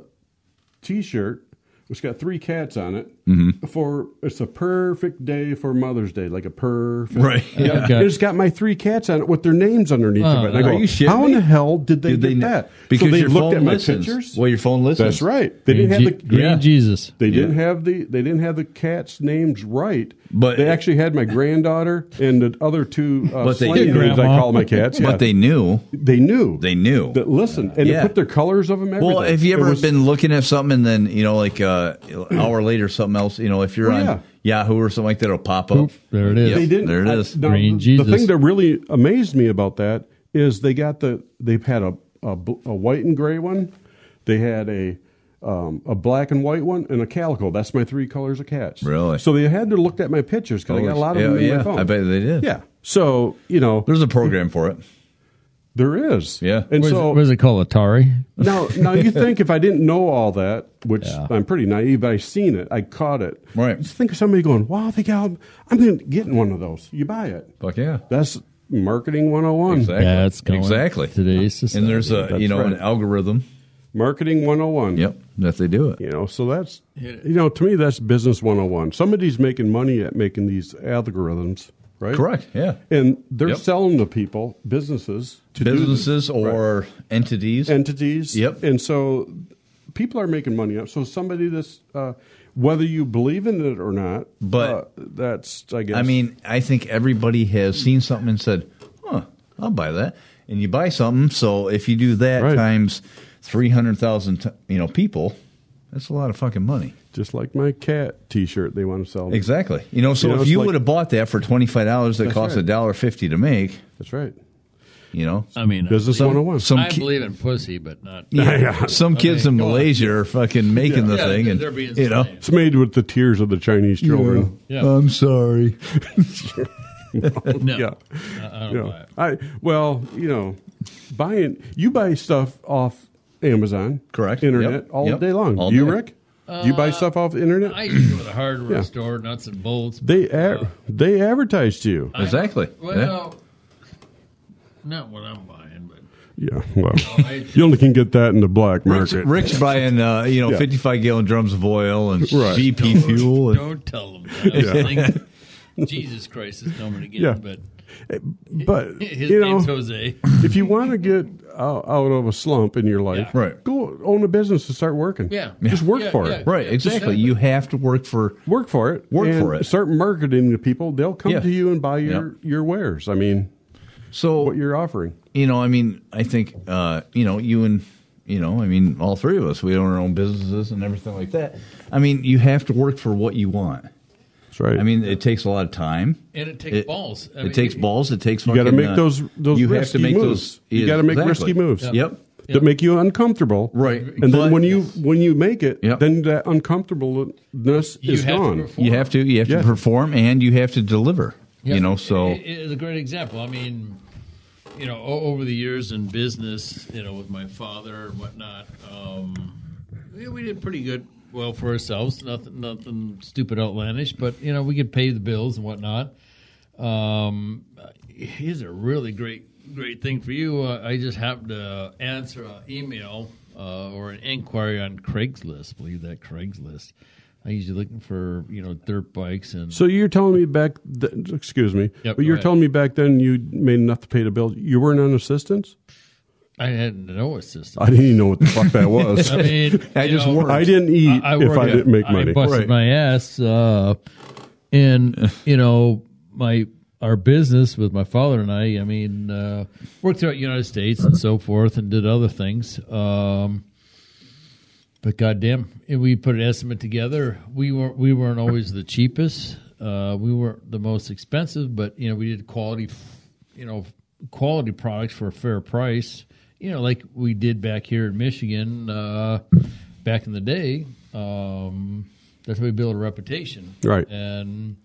C: T-shirt It's got three cats on it.
B: Mm-hmm.
C: For it's a perfect day for Mother's Day, like a perfect.
B: Right.
C: Yeah.
D: Okay.
C: It's got my three cats on it with their names underneath
D: Oh,
C: of it. And I
B: are
C: go,
B: you shitting
C: How in
B: me?
C: the hell did they get that?
B: Because
C: so they
B: your
C: looked
B: phone
C: at my
B: listens.
C: pictures.
B: Well, your phone listens.
C: That's right. They
D: Green,
C: didn't
D: Je-
C: have the
D: Green
C: yeah.
D: Jesus.
C: They didn't have the they didn't have the cats' names right.
B: But-
C: they actually had my granddaughter and the other two uh,
B: But they-
C: slave
B: Your
C: names I
D: grandma.
C: call my cats. yeah.
B: But they knew.
C: they knew
B: They knew.
C: that. Listen, and
B: Yeah.
C: they put their colors of them. Everything.
B: Well, have you
C: It
B: ever
C: was-
B: been looking at something and then you know, like uh, an hour later, something else? You know, if you're
C: Oh,
B: on
C: yeah.
B: Yahoo or something like that, it'll pop up.
D: Oop, there it is.
B: Yep,
C: They didn't.
B: There it
C: I-
B: is.
C: now,
D: Green
C: the,
D: Jesus.
C: The thing that really amazed me about that is they got the they've had a a, bl- a white and gray one. They had a um, a black and white one and a calico. That's my three colors of cats.
B: Really?
C: So they had to look at my pictures because I got a lot of
B: Yeah,
C: them in
B: yeah,
C: my phone.
B: I bet they did.
C: Yeah. So you know
B: There's a program for it.
C: there is.
B: Yeah.
C: And
D: What is
C: so
D: it, what is it called? Atari?
C: now, now you think if I didn't know all that, which
D: Yeah.
C: I'm pretty naive, but I seen it, I caught it.
B: Right.
C: Just think of somebody going, "Wow, they got! I'm going to get one of those. You buy it.
B: Fuck yeah.
C: That's marketing 101.
B: Exactly.
D: That's going
B: exactly
D: today's society.
B: And there's a
C: That's
B: you know
C: right.
B: an algorithm.
C: Marketing 101.
B: Yep, that they do it.
C: You know, so that's you know, to me that's business 101. Somebody's making money at making these algorithms, right?
B: Correct. Yeah.
C: And they're
B: Yep.
C: selling to people, businesses, to do
B: Businesses or entities.
C: entities.
B: Yep.
C: And so people are making money up. So somebody that's uh, whether you believe in it or not,
B: But-
C: uh, that's I guess.
B: I mean, I think everybody has seen something and said, "Huh, I'll buy that." And you buy something. So if you do that
C: Right.
B: times three hundred thousand, you know, people, that's a lot of fucking money.
C: just like my cat T-shirt, they want to sell. me.
B: Exactly. You know, so
C: You know,
B: if
C: it's
B: you
C: like-
B: would have bought that for twenty five dollars, that
C: That's
B: cost a
C: right.
B: dollar fifty to make.
C: That's right.
B: You know,
D: I mean,
C: Business 101.
B: some
D: I
B: ki-
D: believe in pussy, but not.
B: yeah, some kids in Malaysia are fucking making the
D: Yeah,
B: thing,
D: they're-
B: and
D: they're being
B: you know,
D: slaves.
C: it's made with the tears of the Chinese children.
D: Yeah.
B: I'm sorry.
D: No.
C: Yeah. you
D: I don't buy
C: know,
D: it.
C: I well, you know, buying you buy stuff off Amazon,
B: Correct.
C: Internet
B: Yep.
C: all
B: Yep.
C: day long.
B: All
C: you,
B: day.
C: Rick, you buy stuff off the internet.
D: I used to go to the hardware
C: Yeah.
D: store, nuts and bolts.
C: they a they advertise to
D: Uh,
C: you.
B: Exactly.
D: Well, not what I'm buying, but
C: yeah, well,
D: I,
C: you only can get that in the black
B: Rick's,
C: market.
B: Rick's buying, uh, you know,
C: Yeah.
B: 55 gallon drums of oil and
C: Right.
B: BP fuel. And,
D: don't tell them. That. I was thinking, Jesus Christ is coming again,
C: Yeah.
D: but
C: But
D: his
C: you
D: name's
C: know,
D: Jose.
C: if you want to get out, out of a slump in your life,
B: Yeah. Right.
C: Go own a business and start working.
D: Yeah.
C: just work
D: Yeah,
C: for
D: yeah.
C: it.
B: right, exactly. You have to work for.
C: Work for it.
B: Work
C: and
B: for it.
C: Start marketing to people. They'll come
B: Yeah.
C: to you and buy your your wares. I mean,
B: So,
C: what you're offering.
B: you know, I mean, I think, uh, you know, you and, you know, I mean, all three of us, we own our own businesses and everything like that. I mean, you have to work for what you want.
C: That's right.
B: I mean, it takes a lot of time.
D: And it takes balls. I
B: it
D: mean,
B: takes
D: it-
B: balls. It takes. You
C: gotta make those- those
B: You have
C: risky
B: to make
C: moves.
B: those.
C: You gotta make risky moves.
B: Yep.
C: that make you uncomfortable,
B: Right. But-
C: And then when you when you make it,
B: Yep.
C: then that uncomfortableness
D: You
C: is
D: have to
C: gone.
D: perform.
B: You have to. You have
C: Yeah.
B: to perform, and you have to deliver.
D: Yeah.
B: You know, so
D: it, it is a great example. I mean, you know, o- over the years in business, you know, with my father and whatnot, um, we, we did pretty good. Well, for ourselves, nothing, nothing stupid, outlandish, but you know, we could pay the bills and whatnot. Um, here's a really great, great thing for you. Uh, I just happened to answer an email uh, or an inquiry on Craigslist. Believe that Craigslist. I usually looking for you know dirt bikes and
C: So you're telling me back, th- excuse me,
D: Yep, go
C: but you're
D: ahead.
C: telling me back then you made enough to pay the bill. You weren't on assistance.
D: I had no assistance.
C: I didn't even know what the fuck that was.
D: I mean,
B: I
D: you
B: just
D: know,
B: worked.
C: I didn't eat if
D: worked-
C: I didn't make
D: I
C: money.
D: busted
B: Right.
D: my ass, uh, and you know my our business with my father and I. I mean, uh, worked throughout the United States and so forth, and did other things. Um, but goddamn, and we put an estimate together. We weren't we weren't always the cheapest. Uh, we weren't the most expensive, but you know we did quality, you know, quality products for a fair price. You know, like we did back here in Michigan uh, back in the day. Um, that's how we build a reputation,
C: Right.
D: And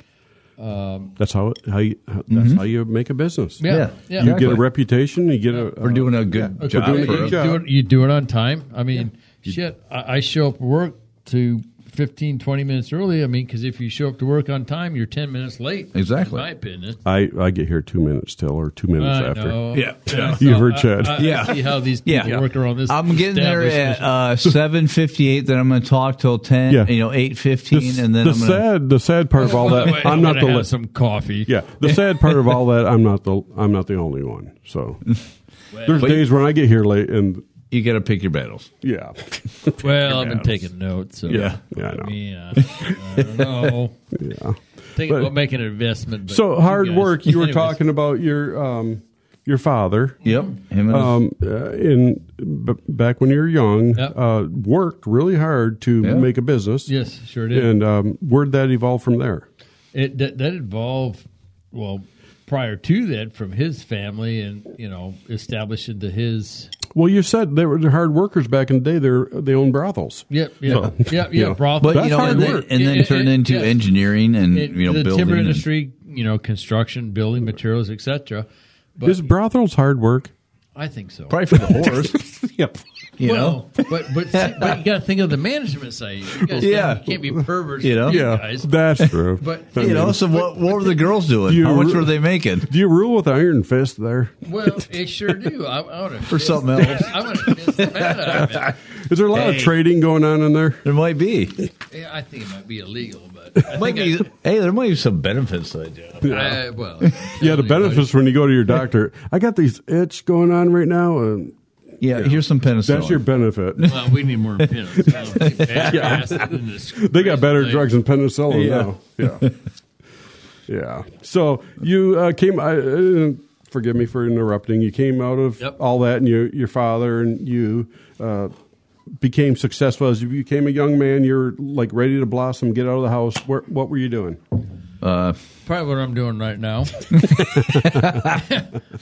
C: That's how how you how, that's how you make a business.
B: Mm-hmm. Yeah.
D: yeah, yeah,
C: You
B: Exactly.
C: get a reputation. You get a.
B: we're doing a good
C: we're
B: job.
C: doing a
B: for
C: good
B: us.
C: job.
D: You do it, you do it on time. I mean, shit, I, I show up to work to 15, 20 minutes early. I mean, because if you show up to work on time, you're 10 minutes late.
B: Exactly.
D: In my opinion.
C: uh, I, I get here two minutes till or two minutes
D: I
C: after.
D: know.
B: Yeah. Yeah.
D: So
C: You heard
D: I-
C: Chad.
D: I, I
B: Yeah.
D: see how these
B: Yeah.
D: people work around this.
B: I'm getting there at
D: establishment.
B: uh, seven fifty eight. Then I'm going to talk till ten.
C: Yeah.
B: You know, eight fifteen,
C: s-
B: and then
C: the
B: I'm going to.
C: sad the sad part of all
D: By the way,
C: that I'm not
D: gonna
C: the
D: have
C: li-
D: some coffee.
C: yeah the sad part of all that I'm not the I'm not the only one. So there's
B: But-
C: days when I get here late and
B: You got to pick your battles.
C: yeah
D: Well, I've been
C: Yeah.
D: taking notes. So
C: yeah I know.
D: I mean, uh, I don't know.
C: yeah.
D: Thinking
C: But-
D: about making an investment. But
C: So
D: you
C: hard
D: guys-
C: work. You were
D: Anyways.
C: talking about your um your father.
D: Mm-hmm.
B: Yep. Him and
C: Um, uh, in b- back when you were young,
D: Yep.
C: uh, worked really hard to
B: Yeah.
C: make a business.
D: Yes, sure did.
C: And um, where'd that evolve from there?
D: It that, that involved well prior to that from his family and you know established into his
C: Well, you said they were the hard workers back in the day. They are they owned brothels.
D: yep yeah yeah yeah,
C: yeah.
D: brothel.
B: but you
C: that's
B: know,
C: hard
B: and then,
C: work.
B: and then
D: It- it-
B: turn
D: it-
B: into
D: yes.
B: engineering and
D: It-
B: you know
D: the
B: building
D: timber
B: and-
D: industry, you know, construction, building materials, etc. But
C: Is brothels hard work?
D: I think so.
B: probably for the horse.
C: yep.
B: You know,
D: well, but but, see, but you got to think of the management side. You guys
B: Yeah.
D: can't, you can't be perverts.
B: You know?
D: you
C: Yeah,
D: guys.
C: that's true.
D: But-
C: I
B: you know.
C: mean,
B: So what? What were the girls doing?
C: You
B: How much
C: re-
B: were they making
C: do you rule with iron fist there?
D: Well, it sure do. I, I would have
B: for something else?
D: I would have missed the bat out of it.
C: Is there a lot
B: Hey.
C: of trading going on in there?
B: There might be.
D: Yeah, I think it might be illegal, but I
B: Might
D: think
B: be. Hey, there might be some benefits to that job.
D: I, I, well,
C: Yeah, the benefits when you go to your doctor. I got these itch going on right now, and
B: Yeah, here's some penicillin.
C: that's your benefit.
D: Well, we need more pills. yeah.
C: They got better drugs than penicillin now. Yeah. yeah. So you uh, came, I, uh, forgive me for interrupting, you came out of
D: Yep.
C: all that and you, your father and you uh, became successful. As you became a young man, you're like ready to blossom, get out of the house. Where, what were you doing?
D: Probably what I'm doing right now.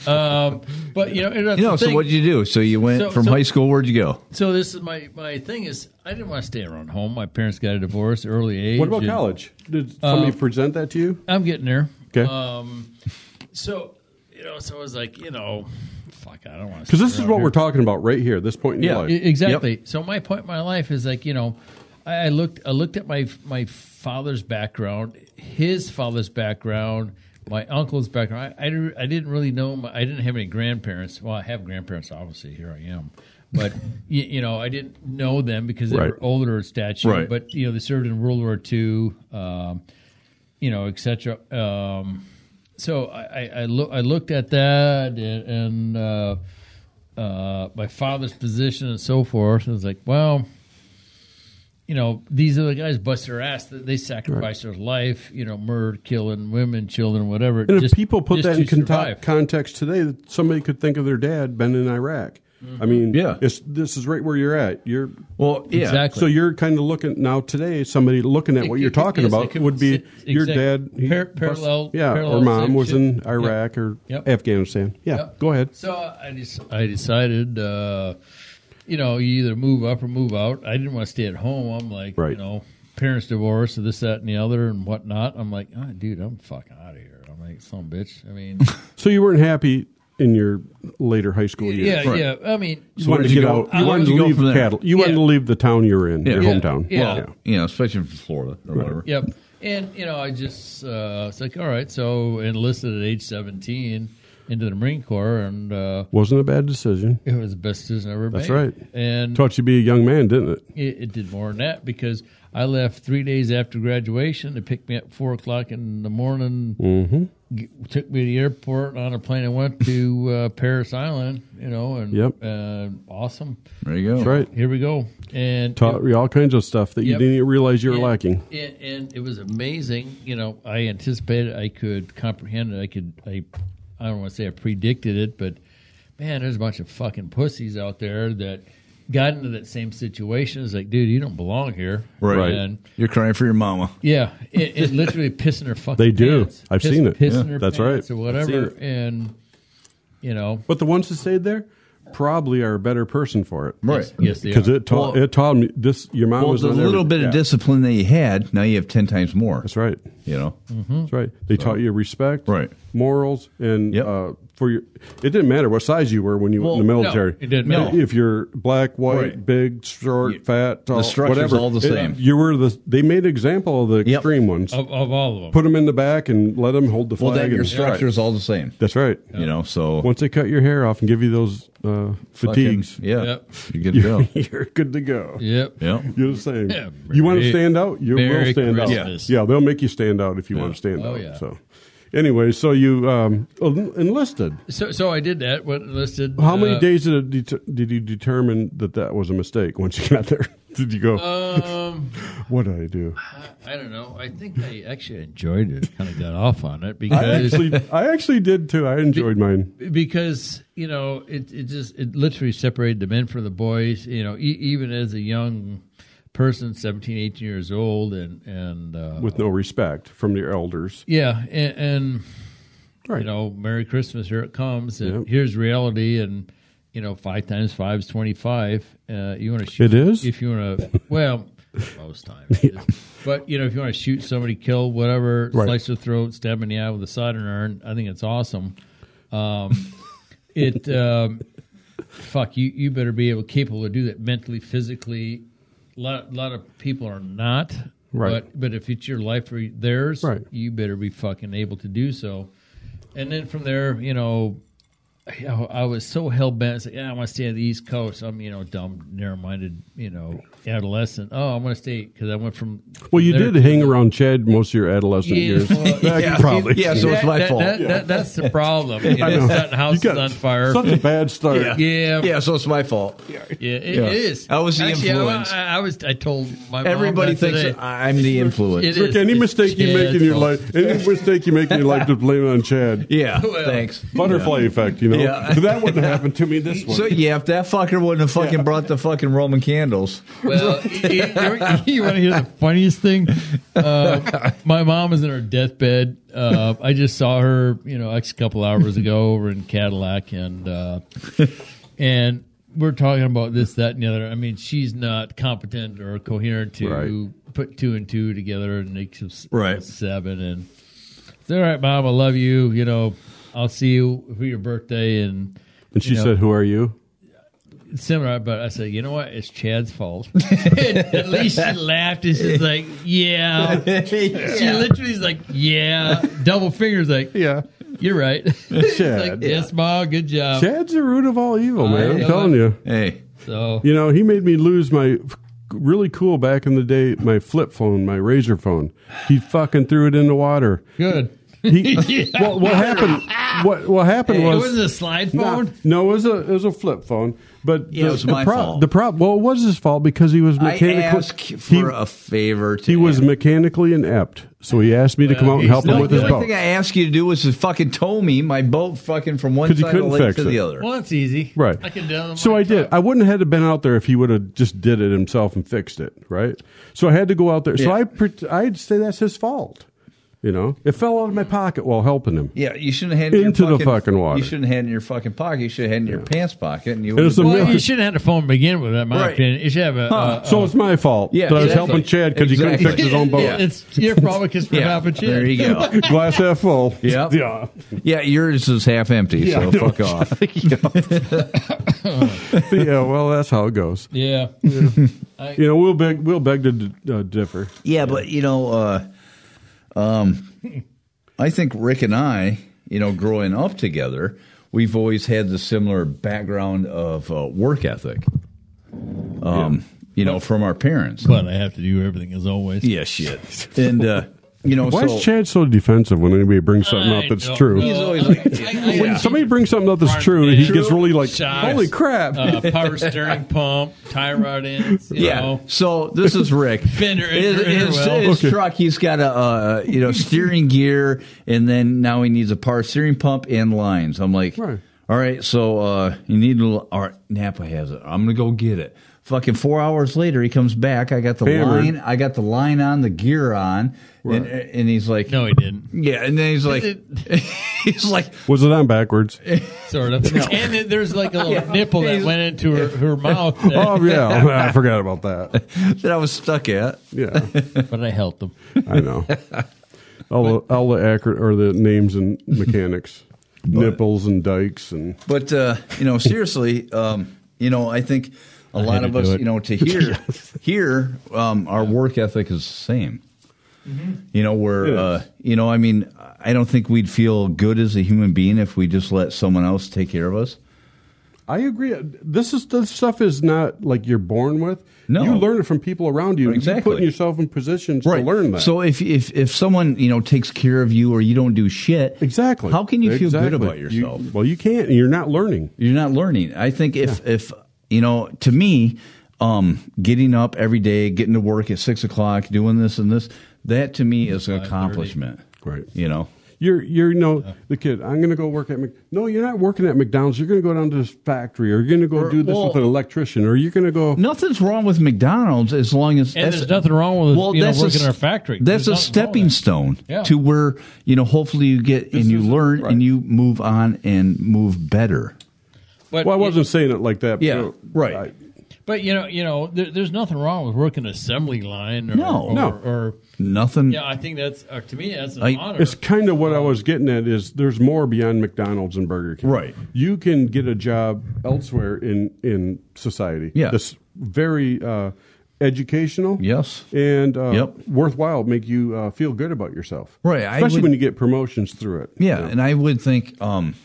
D: um, but you know, and that's
B: You know.
D: the
B: So
D: thing.
B: what did you do? So you went
D: So-
B: from
D: so-
B: high school. Where'd you go?
D: so this is my my thing is I didn't want to stay around home. My parents got a divorce early age.
C: What about
D: and
C: college? Did
D: Uh,
C: somebody present that to you?
D: I'm getting there.
C: Okay.
D: Um, so you know, so I was like, you know, fuck, I don't want to.
C: Because this is what we're talking about right here, this point in
B: Yeah.
C: your life.
D: E- Exactly. So my point in my life is like you know, I I looked I looked at my my father's background, his father's background, my uncle's background. I I, didn't- I didn't really know. My, I didn't have any grandparents. Well, I have grandparents, obviously. Here I am, but you, you know, I didn't know them because they
C: Right.
D: were older in stature.
B: Right.
D: But you know, they served in World War II. Um, you know, et cetera. Um, so I, I, I, loo- I looked at that and, and uh, uh, my father's position and so forth. I was like, well, you know, these other guys bust their ass. They- They sacrifice their life, you know, murder, killing women, children, whatever.
C: And if people put
D: just
C: that in
D: to
C: conto-
D: survive.
C: context today, that somebody could think of their dad been in Iraq. I
D: Mm-hmm.
C: mean,
B: Yeah.
C: it's, this is right where you're at. You're
B: Well, yeah.
D: Exactly.
C: so you're kind of looking now today. Somebody looking at
D: It-
C: what you're
D: it- yes,
C: talking
D: it
C: about
D: could
C: would be
D: sit-
C: your
D: exact-
C: dad. he
D: par-
C: bust-
D: parallel-
C: yeah,
D: parallel
C: or mom was
D: shit.
C: in
D: Yep.
C: Iraq or
D: Yep.
C: Afghanistan. Yeah,
D: Yep.
C: go ahead.
D: So I, des- I decided, uh, you know, you either move up or move out. I didn't want to stay at home. I'm like, you
C: Right.
D: know, parents divorce, this, that, and the other, and whatnot. I'm like, ah, dude, I'm fucking out of here. I'm like, some bitch. I mean,
C: So you weren't happy in your later high school years.
D: yeah,
B: Right.
D: yeah. I mean,
C: You wanted to
B: you
C: get
B: go-
C: out. You
B: how
C: wanted
B: did
C: to
B: you go
C: leave
B: from there?
C: cattle. You wanted
D: Yeah.
C: to leave the town you're in, your
B: Yeah.
C: hometown.
D: Yeah.
B: Well, you know, especially from Florida or whatever.
D: yep. And you know, I just uh, it's like, all right, so enlisted at age 17 into the Marine Corps, and uh,
C: Wasn't a bad decision.
D: it was the best decision I ever
C: That's
D: made.
C: right.
D: And
C: Taught you to be a young man, didn't it?
D: it, it did more than that because I left three days after graduation. They picked me up four o'clock in the morning, g- took me to the airport on a plane. I went to uh, Paris Island, you know, and
C: Yep.
D: uh, awesome.
B: There you go.
C: That's right.
D: Here we go. And
C: Taught you all kinds of stuff that you
D: Yep.
C: didn't even realize you were
D: and,
C: lacking.
D: And, and it was amazing. You know, I anticipated, I could comprehend it. I could, I, I don't want to say I predicted it, but man, there's a bunch of fucking pussies out there that got into that same situation. It's like, dude, you don't belong here.
B: Right.
D: And
B: You're crying for your mama.
D: yeah, it, it literally pissing her fucking.
C: They do.
D: pants.
C: I've
D: Piss-
C: seen it.
D: Pissing
C: Yeah,
D: her
C: that's
D: pants
C: right.
D: Or
C: I've seen
D: whatever,
C: it.
D: and you know,
C: But the ones that stayed there probably are a better person for it.
B: Right.
D: Yes, they
C: Because
D: are.
C: it taught
B: Well-
C: it taught me this. Your mom
B: Well,
C: was
B: the
C: on
B: little
C: every-
B: bit
C: yeah.
B: of discipline that you had, now you have 10 times more.
C: That's right.
B: You know?
D: Mm-hmm.
C: That's right. They taught you respect,
B: Right.
C: morals, and
B: Yep.
C: uh, for your. It didn't matter what size you were when you went in the
D: Well, no,
C: military.
D: it didn't matter.
C: If you're black, white,
B: Right.
C: big, short,
B: You-
C: fat, tall,
B: structure's
C: whatever,
B: all the
C: it-
B: same.
C: you were the. They made example of the
B: Yep.
C: extreme ones.
D: Of, of all of them.
C: Put them in the back and let them hold the
B: Well,
C: flag.
B: that your
C: and-
B: structure is all the same.
C: That's right.
B: You know, so.
C: Once they cut your hair off and give you those uh,
B: fucking-
C: fatigues,
B: Yeah.
D: Yep.
B: You're good to go.
C: you're good to go.
D: Yep.
B: yeah.
C: You're the same.
D: Yeah,
C: you want to
D: Merry-
C: stand out, you will
D: Merry
C: stand
D: Christmas.
C: out. Yeah, they'll make you stand out if you want to stand
D: Oh,
C: out.
D: yeah.
C: So, anyway, so you um, en- enlisted.
D: So, so I did that. What listed?
C: How many
D: uh,
C: days did it det- did you determine that that was a mistake once you got there? did you go?
D: Um,
C: what did I do?
D: I don't know. I think I actually enjoyed it. Kind of got off on it
C: I
D: because
C: actually, I actually did too. I enjoyed mine.
D: because you know it it just it literally separated the men from the boys. You know, e- even as a young person, 17, 18 years old, and and uh,
C: With no respect from your elders,
D: yeah, and, and
C: Right.
D: you know, Merry Christmas, here it comes, and
C: Yep.
D: here's reality, and you know, five times five is twenty five. Uh, you want to
C: It
D: shoot?
C: is?
D: If you want to, well, most times. it is. But you know, if you want to shoot somebody, kill whatever,
C: Right.
D: slice their throat, stab 'em in the eye with a soldering iron. I think it's awesome. Um, it um, fuck you. You better be able capable to do that mentally, physically. A lot, lot of people are not.
C: Right.
D: But but if it's your life or theirs,
C: Right.
D: you better be fucking able to do so. And then from there, you know, I, I was so hell bent. I said, yeah, I want to stay on the East Coast. I'm, you know, dumb, narrow minded, you know, adolescent. Oh, I'm going to stay because I went from.
C: well, you
D: there
C: did
D: to-
C: hang around Chad most of your adolescent years.
D: well,
B: yeah,
C: probably.
B: Yeah, so it's
D: that-
B: my
D: that-
B: fault.
D: that- that- that's the problem. You know, setting
C: You
D: houses
C: got
D: on fire.
C: Such a bad start.
B: Yeah.
D: Yeah.
B: Yeah, so it's my fault.
D: Yeah, it is.
B: Yeah. I was the influence.
D: I, I, I was. I told my mom
B: Everybody
D: that
B: thinks
D: today.
B: that I'm the influence.
D: It
C: Rick,
D: is-
C: any
D: it's
C: mistake you make in
D: Chad's
C: your
D: fault.
C: life, any mistake you make in your life, just blame it on Chad.
B: yeah,
D: Well.
B: thanks.
C: Butterfly effect, you know.
B: Yeah.
C: That wouldn't happen to me this one.
B: So yeah, if that fucker wouldn't have fucking brought the fucking Roman candles,
D: Well, you, want to hear the funniest thing? Uh, my mom was in her deathbed. Uh, I just saw her, you know, ex couple hours ago over in Cadillac, and uh, and we're talking about this, that, and the other. I mean, she's not competent or coherent to
C: Right.
D: put two and two together and make s-
B: Right.
D: seven. And it's all right, mom. I love you. You know, I'll see you for your birthday and.
C: and she
D: you know.
C: said, "Who are you?"
D: similar, but I said, you know what? It's Chad's fault. At least she laughed and she's like, yeah. She literally is like, yeah. Double fingers, like,
C: Yeah,
D: you're right. She's like,
C: Chad.
D: yes, Ma, good job.
C: Chad's the root of all evil,
D: I
C: man. I'm
D: know
C: telling
D: it.
C: you.
B: hey,
D: So,
C: You know, he made me lose my f- really cool back in the day my flip phone, my razor phone. He fucking threw it in the water.
D: good.
C: He,
D: Yeah.
C: well, what happened? What what happened
D: It
C: was
D: was a slide
C: No,
D: phone.
C: no, it was a it was a flip phone, but
B: Yeah, it was my
C: the problem.
B: fault.
C: The prob- well, it was his fault because he was
B: I
C: mechanically.
B: ask for
C: he,
B: a favor. To
C: he was mechanically inept, so he asked me to come out and
D: he's
C: help him
D: not
B: No,
C: with
B: the
C: his
B: only
C: boat.
B: thing I asked you to do was to fucking tow me my boat fucking from one
C: 'Cause you
B: side of the
C: couldn't
B: lake
C: fix
B: to the
C: it.
B: other.
D: Well, it's easy.
C: Right.
D: I can download
C: So
D: my
C: I did.
D: truck.
C: I wouldn't have had been out there if he would have just did it himself and fixed it, right? So I had to go out there. So
B: Yeah.
C: I pret- I'd say that's his fault. You know, it fell out of my pocket while helping him.
B: Yeah, you shouldn't have had it in
C: Into
B: your
C: the fucking water.
B: You shouldn't have had it in your fucking pocket. You should have had it in your pants pocket, and you.
C: It was
B: would've-
C: a
D: Well,
C: mil-
D: you shouldn't have had a phone to begin with, in my
B: Right.
D: opinion. You should have a. a-
C: so it's my fault
B: Yeah,
C: that I was
B: exactly.
C: helping Chad because he couldn't
B: Exactly.
C: fix his own boat.
B: Yeah.
D: It's your problem because we're
B: yeah,
D: helping you.
B: there you go.
C: Glass half full.
B: Yep.
C: Yeah.
B: Yeah, yours is half empty,
C: I
B: so
C: know.
B: fuck off.
C: Yeah. Well, that's how it goes.
D: Yeah.
C: You know, we'll beg, we'll beg to d- uh, differ.
B: Yeah, but you know, uh, um, I think Rick and I, you know, growing up together, we've always had the similar background of uh, work ethic. Um, you know, from our parents.
D: But I have to do everything as always.
B: yeah, shit. And uh, you know,
C: Why
B: so
C: is Chad so defensive when anybody brings something up
D: I
C: that's
D: don't
C: true?
D: know.
B: He's always like-
D: I- I-
C: When somebody brings something up that's
D: Right,
C: true, he
D: man.
C: gets really like,
D: Shots.
C: "Holy crap!"
D: uh, power steering pump, tie rod ends. You
B: yeah.
D: Know.
B: So this is Rick.
D: Fender
B: his his,
D: interwell.
B: his
C: Okay.
B: truck. He's got a uh, you know steering gear, and then now he needs a power steering pump and lines. I'm like,
C: Right.
B: All right, so uh, you need a little. All right, Napa has it. I'm gonna go get it. Fucking four hours later, he comes back. I got the
C: Hammered.
B: line. I got the line on the gear on, and, and he's like,
D: No, he didn't.
B: yeah, and then he's like, he's like,
C: Was it on backwards?
D: Sort of. And then there's like a little nipple that went into her, her mouth.
C: oh yeah, I forgot about that.
B: that I was stuck at.
C: Yeah,
D: But I helped him.
C: I know. All the all the accurate or the names and mechanics, nipples and dikes and
B: But uh, you know, seriously, um, you know, I think a lot
D: to
B: of
D: do
B: us,
D: it.
B: you know, to here, here, um, our work ethic is the same. You know,
C: Mm-hmm. It
B: we're,
C: is.
B: uh, you know, I mean, I don't think we'd feel good as a human being if we just let someone else take care of us.
C: I agree. This is this stuff is not like you're born with.
B: No.
C: you learn it from people around you. You're
B: Exactly.
C: putting yourself in positions to learn that.
B: So if if if someone you know takes care of you or you don't do shit,
C: exactly.
B: How can you feel good
C: Exactly.
B: about
C: You-
B: yourself?
C: well, you can't. You're not learning.
B: You're not learning. I think if if you know, to me, um, getting up every day, getting to work at six o'clock, doing this and this, that to me is an accomplishment.
C: Right.
B: You know.
C: You're you're you know the kid. I'm going to go work at Mc. No, you're not working at McDonald's. You're going to go down to this factory, or you're going to go do this
B: well-
C: with an electrician, or you're going to go.
B: Nothing's wrong with McDonald's as long as
D: And there's nothing wrong with, you know,
B: that's
D: working
B: s-
D: in our factory.
B: That's
D: There's
B: a
D: nothing wrong with
B: stepping stone
D: that. Yeah.
B: to where you know. Hopefully, you get and you
C: is-
B: learn
C: right.
B: and you move on and move better.
D: But
C: Well, I wasn't saying it like that. but,
B: Yeah,
C: you know,
B: right.
C: I-
D: But you know, you know, there, there's nothing wrong with working assembly line. Or,
B: No.
D: or,
B: No.
D: Or
B: Nothing.
D: yeah, I think that's uh, to me that's an
B: I-
D: honor.
C: It's kind of what I was getting at is there's more beyond McDonald's and Burger King.
B: Right.
C: You can get a job elsewhere in in society.
B: Yeah.
C: This very uh, educational.
B: Yes.
C: And uh,
B: Yep.
C: worthwhile, make you uh, feel good about yourself.
B: Right, I
C: Especially
B: would-
C: when you get promotions through it.
B: Yeah, and I would think um,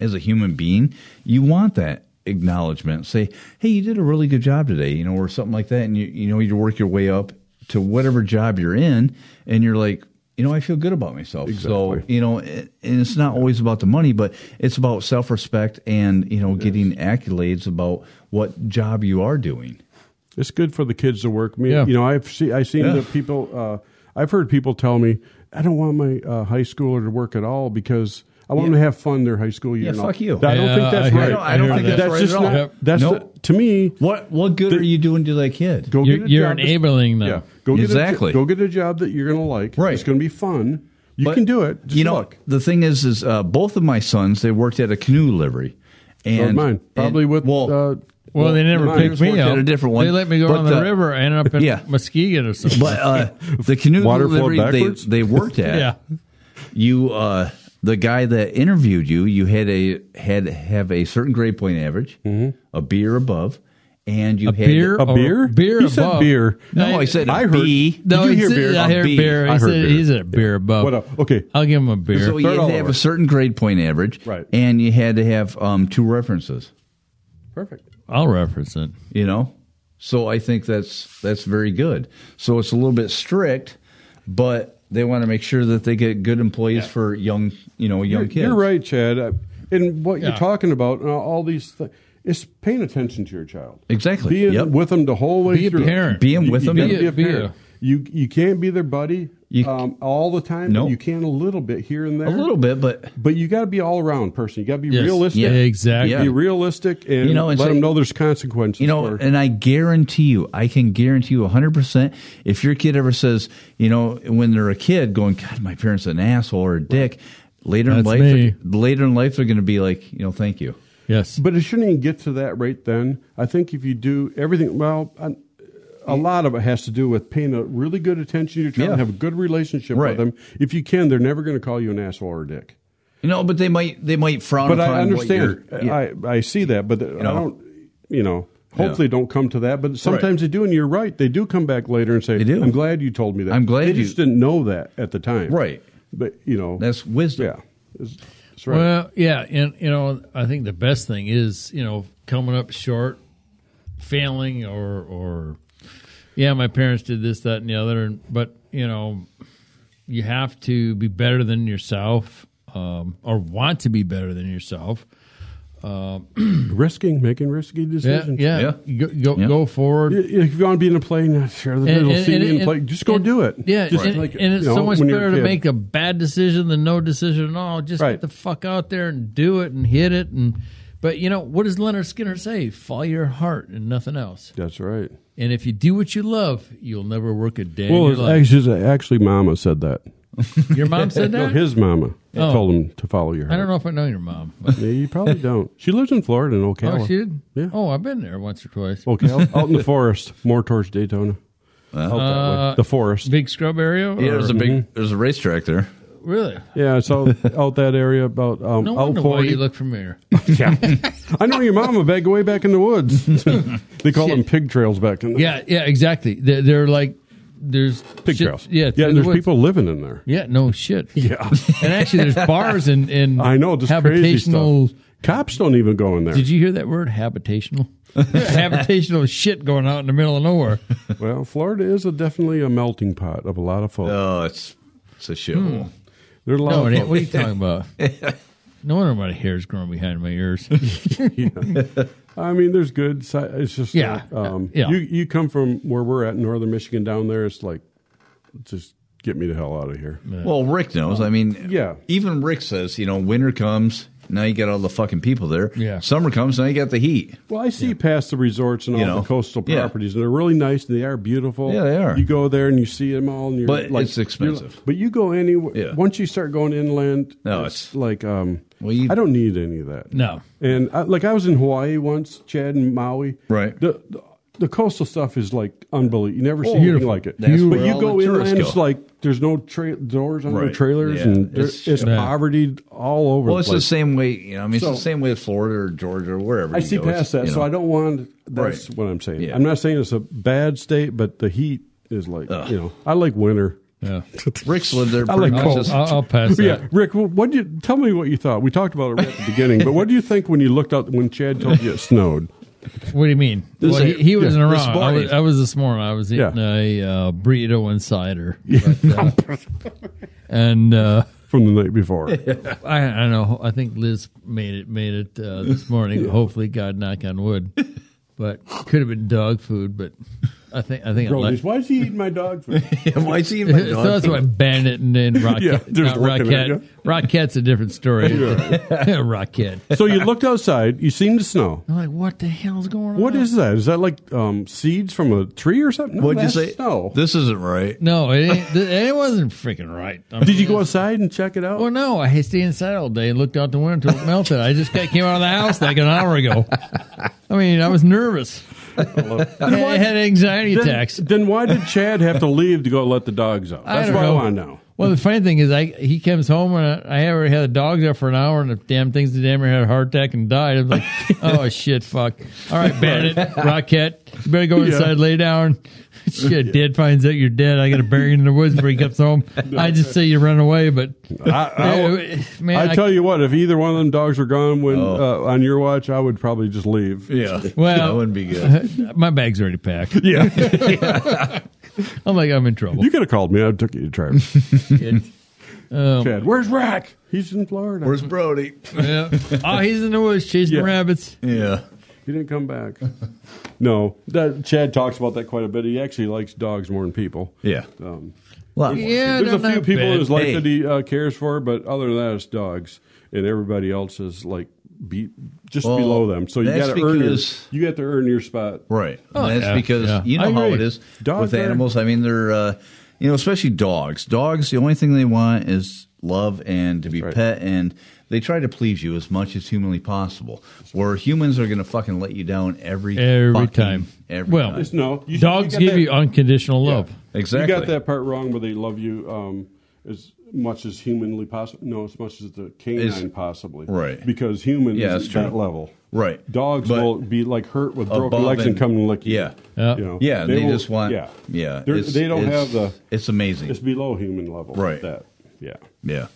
B: as a human being, you want that acknowledgement. Say, hey, you did a really good job today, you know, or something like that. And you, you know, you work your way up to whatever job you're in, and you're like, you know, I feel good about myself. So,
C: Exactly.
B: you know, it, and it's not always about the money, but it's about self respect and, you know, getting accolades about what job you are doing.
C: It's good for the kids to work. Me,
D: Yeah.
C: you know, I've see, I've seen
B: Yeah.
C: that people. Uh, I've heard people tell me, I don't want my uh, high schooler to work at all because I want them to have fun their high school year.
B: Yeah,
C: and all."
B: fuck you.
C: I don't
D: Yeah,
C: think that's
D: I hear-
C: right.
B: I don't I hear think that. that's right
C: just
B: at all.
C: not-
D: Yep.
C: That's
B: Nope.
C: the- to me.
B: What what good are you doing to that kid?
C: Go
D: You're-
C: get a
D: you're
C: job that's-
D: enabling them.
C: Yeah, go get
B: Exactly.
C: A, jo- go get a job that you're going to like.
B: Right.
C: It's going to be fun. You
B: But,
C: can do it. Just
B: you know,
C: look.
B: the thing is, is uh, both of my sons they worked at a canoe livery,
C: Don't
B: and
C: mind. Probably
B: and-
C: with.
B: well,
C: uh,
D: well, they never
C: mine
D: picked
C: just
D: me
B: worked at
D: up.
B: a different one.
D: They let me go
B: But
D: on the,
B: the-
D: river. I ended up in
B: Yeah.
D: Muskegon or something.
B: but uh, the canoe
C: Water flow
B: livery they,
C: backwards?
B: they worked at.
D: Yeah.
B: you uh, the guy that interviewed you, you had a had have a certain grade point average, a beer above, and you
D: a
B: had
D: beer,
C: Mm-hmm. A
D: or-
C: beer?
D: beer
C: He
D: above.
C: said beer.
B: No, I said
C: I
B: a
C: heard-
B: B.
D: No,
C: Did you
D: he
C: hear
D: said-
C: beer?
D: I
B: A
D: heard
B: B. I
D: beer. I,
B: heard
D: said
B: beer.
D: he's at a beer above.
C: What up? Okay.
D: I'll give him a beer.
B: So you
C: Third
B: had
C: all
B: to have
C: over.
B: a certain grade point average,
C: Right.
B: And you had to have um, two references.
C: Perfect.
D: I'll reference it.
B: you know so i think that's that's very good so it's a little bit strict but they want to make sure that they get good employees for young you know young
C: You're,
B: kids
C: you're right, Chad. Uh, And what
D: Yeah.
C: you're talking about, and all these things, is paying attention to your child.
B: Exactly.
C: Being
B: Yep.
C: with them the whole way
D: Be a
C: through.
D: parent.
B: Being with
C: you
B: them.
C: gotta
B: Be
C: Be,
B: a-
C: a
D: be a-
C: parent. You you can't be their buddy
B: You-
C: um, all the time.
B: No.
C: but you can a little bit here and there.
B: a little bit but
C: But you got to be all around person. You got to be
D: Yes.
C: realistic.
D: Yeah, exactly.
B: Yeah.
C: Be realistic and,
B: You know, and
C: let
B: so-
C: them know there's consequences.
B: you know
C: for-
B: and i guarantee you i can guarantee you 100% if your kid ever says you know when they're a kid going god my parents an asshole or a dick later in
D: That's
B: life
D: me.
B: later in life they're going to be like you know thank you
D: Yes.
C: but it shouldn't even get to that right then. I think if you do everything well, I, a lot of it has to do with paying a really good attention to your child,
B: Yeah.
C: and have a good relationship
B: Right.
C: with them. If you can, they're never going to call you an asshole or a dick.
B: you know but they might they might frown
C: But
B: upon
C: I understand.
B: what you're,
C: I I see that, but I
B: know.
C: don't. You know. Hopefully, don't come to that. But sometimes they do, and you're right. They do come back later and say,
B: They do.
C: "I'm glad you told me that."
B: I'm glad
C: they
B: you-
C: just didn't know that at the time,
B: Right.
C: But you know,
B: that's wisdom
C: Yeah, that's, that's right.
D: Well, yeah, and you know, I think the best thing is you know coming up short, failing, or or yeah, my parents did this, that, and the other, and but you know, you have to be better than yourself, um, or want to be better than yourself. Uh,
C: risking making risky
D: yeah,
C: decisions.
D: yeah, Go, go,
B: Yeah.
D: go forward.
C: I- If you want to be in a plane, share the middle seat and, play. Just go
D: and-
C: do it.
D: Yeah,
C: Just
D: and,
C: like,
D: and it's
C: you know,
D: so much
C: when you're a
D: better to
C: kid.
D: make a bad decision than no decision at all. Just
C: Right.
D: get the fuck out there and do it and hit it. And but you know what does Leonard Skinner say? Follow your heart and nothing else.
C: That's right.
D: And if you do what you love, you'll never work a day in
C: Well,
D: your
C: it's
D: life.
C: actually, actually, Mama said that.
D: Your mom said
C: No,
D: that.
C: his Mama
D: Oh.
C: told him to follow your heart.
D: I don't know if I know your mom.
C: Yeah, you probably don't. She lives in Florida in Ocala.
D: Oh, she did.
C: Yeah. Oh.
D: Oh, I've been there once or twice.
C: Ocala, out in the forest, more towards Daytona. Out that way.
D: Uh,
C: the forest.
D: Big scrub area.
B: Yeah, there's a
D: or-
C: Mm-hmm.
B: big there's a racetrack there.
D: really.
C: Yeah, it's out, out that area about um,
D: No
C: out
D: wonder why
C: 40.
D: you look familiar.
C: I know your mama back way back in the woods. they call them
D: Shit.
C: pig trails back in the
D: Yeah, yeah, exactly. They're, they're like there's
C: pig
D: shit-
C: trails.
D: Yeah,
C: yeah.
D: through the
C: And there's
D: woods.
C: people living in there.
D: Yeah, no shit.
C: Yeah,
D: And actually, there's bars and and
C: I know. Just crazy
D: habitational.
C: stuff. Cops don't even go in there.
D: Did you hear that word habitational? habitational shit going out in the middle of nowhere.
C: Well, Florida is a, definitely a melting pot of a lot of folk.
B: Oh, it's it's a
C: Hmm.
B: shithole.
C: there are a lot
D: No,
C: of
D: it ain't.
C: folk.
D: What are you talking about? No wonder my hair's growing behind my ears.
C: I mean, there's good. si- It's just
D: Yeah.
C: that, um,
D: Yeah.
C: You you come from where we're at, in northern Michigan, down there. It's like, just get me the hell out of here.
B: Well, Rick knows. I mean,
C: Yeah.
B: Even Rick says, you know, winter comes. Now you got all the fucking people there.
D: Yeah.
B: Summer comes. Now you got the heat.
C: Well, I see past the resorts and all
B: You know,
C: the coastal
B: yeah.
C: properties, and they're really nice and they are beautiful.
B: Yeah, they are.
C: You go there and you see them all, and you're
B: But
C: like,
B: it's expensive.
C: you're- But you go anywhere.
B: Yeah.
C: Once you start going inland,
B: No,
C: it's,
B: it's-
C: like um,
B: Well, you-
C: I don't need any of that.
D: No.
C: And I, like I was in Hawaii once, Chad and Maui.
B: Right.
C: The the, the coastal stuff is like unbelievable. You never see anything
D: beautiful.
C: like it.
B: That's
C: but
B: where
C: you
B: all
C: go
B: the tourists
C: inland, it's
B: go.
C: like there's no tra- doors on no
B: Right.
C: trailers,
B: Yeah,
C: and there, it's,
B: it's- Yeah.
C: poverty all over.
B: Well,
C: the
B: it's the
C: place.
B: same way. You know, I mean, it's
C: So-
B: the same way with Florida or Georgia or wherever.
C: I
B: you
C: see
B: go.
C: past
B: It's,
C: that,
B: you
C: so
B: know,
C: I don't want. That's
B: Right.
C: what I'm saying.
B: Yeah.
C: I'm not saying it's a bad state, but the heat is like you know. I like winter.
D: Yeah.
B: Rick's lived there.
C: I
B: pretty much
C: like cold. Uh,
B: his-
D: I'll, I'll pass that.
C: Yeah, Rick. Well, what do you tell me? What you thought? We talked about it right at the beginning, but what do you think when you looked out when Chad told you it snowed?
D: What do you mean? Well, he,
B: is-
D: he wasn't
B: yeah, this
D: around. I was,
B: morning.
D: I was this morning. I was eating
C: Yeah.
D: a uh, burrito and cider, But, uh, and uh,
C: From the night before,
D: I, I don't know. I think Liz made it made it uh, this morning. Hopefully, God knock on wood. But could have been dog food. But I think I think I
C: Brodies,
D: like.
C: why is he eating my dog food?
B: Why is he in my
D: So that's why Bandit and, and Rocket.
C: Yeah, there's
D: not
C: looking at
D: Rocket. Rocket's a different story. Rocket.
C: so you looked outside. You seen the snow.
D: I'm like, what the hell's going on?
C: What is that? Is that like um, seeds from a tree or something? No,
B: What'd you
C: that's
B: say?
C: Snow.
B: This isn't right.
D: No, it ain't, it wasn't freaking right. I'm
C: Did you go outside and check it out?
D: Well, no, I stayed inside all day and looked out the window until it melted. I just got, came out of the house like an hour ago. I mean, I was nervous. I had, had anxiety
C: Then-
D: attacks.
C: Then, why did Chad have to leave to go let the dogs out?
D: I
C: That's
D: don't
C: what I
D: know.
C: want to know.
D: Well, the funny thing is, I he comes home and I, I already had the dogs out for an hour, and the damn things, the damn near had a heart attack and died. I was like, oh shit, fuck. All right, Bandit, Rockette, you better go inside, lay down. Shit, Dad finds out you're dead. I got to bury you in the woods before he comes home. I just say you run away, but
C: I, I,
D: man,
C: I tell you what, if either one of them dogs are gone when
B: Oh.
C: uh, on your watch, I would probably just leave.
B: Yeah.
D: Well-
B: that wouldn't be good.
D: my bag's already packed.
C: Yeah,
D: I'm like, I'm in trouble.
C: you could have called me. I took you to Trevor. Chad, where's Rack? He's in Florida.
B: Where's Brody?
D: yeah. Oh, he's in the woods chasing
C: Yeah.
D: rabbits.
B: Yeah.
C: he didn't come back. no, that, Chad talks about that quite a bit. He actually likes dogs more than people.
B: Yeah.
C: Um,
B: Well,
D: Yeah,
C: there's a
D: not
C: few people
D: bad.
C: in his life
B: Hey.
C: that he uh, cares for, but other than that, it's dogs, and everybody else is like be, just
B: Well,
C: below them. So you
B: that's
C: got to earn your
B: because-
C: you got to earn your spot.
B: Right.
D: Oh,
B: that's
D: yeah,
B: because
D: yeah.
B: you know
D: I
B: how it
D: agree.
B: is
C: Dogs
B: with
C: are-
B: animals. I mean, they're uh, you know, especially dogs. Dogs, the only thing they want is love and to be
C: right.
B: pet, and they try to please you as much as humanly possible. Where humans are going to fucking let you down every
D: Every
B: fucking-
D: time.
B: Every
D: Well,
B: time.
C: It's no you-
D: Dogs
C: got
D: give
C: that-
D: you unconditional love.
B: exactly.
C: You got that part wrong where they love you um, as much as humanly possible. No, as much as the canine
B: It's-
C: possibly.
B: right.
C: Because humans
B: Yeah,
C: yeah,
B: that's
C: at
B: true.
C: that level.
B: Right.
C: Dogs
B: But
C: will be like hurt with broken
B: above
C: legs and,
B: and-
C: come and lick you.
B: Yeah.
D: Yeah.
C: You know?
B: Yeah, they,
C: will-
B: just want.
C: Yeah.
B: Yeah,
C: They're-
B: it's-
C: They don't
B: it's-
C: have the.
B: It's amazing.
C: It's below human level.
B: Right.
C: That. Yeah.
B: yeah,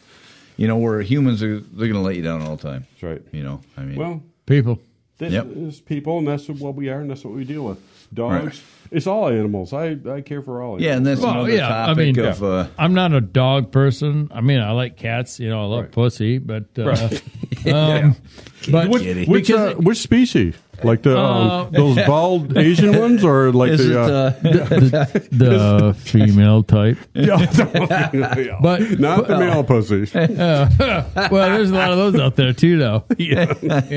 B: you know, where humans are, they're going to let you down all the time.
C: That's right.
B: You know, I mean,
C: Well,
D: People.
C: That
B: Yep.
C: is people, and that's what we are, and that's what we deal with. Dogs.
B: Right.
C: It's all animals. I, I care for all.
B: Yeah, and
C: animals.
B: that's another topic
D: I mean,
B: of uh,
D: I'm not a dog person. I mean, I like cats. You know, I love pussy, but uh, um, but
B: What-
C: which,
B: Kitty.
C: which,
D: because
C: uh, which species? Like the
D: Uh,
C: um, those bald Asian ones, or like
B: is it,
C: the. Uh,
B: uh,
D: the, the female type.
C: yeah.
D: But
C: not the male pussies. Hey,
D: well, there's a lot of those out there too, though. you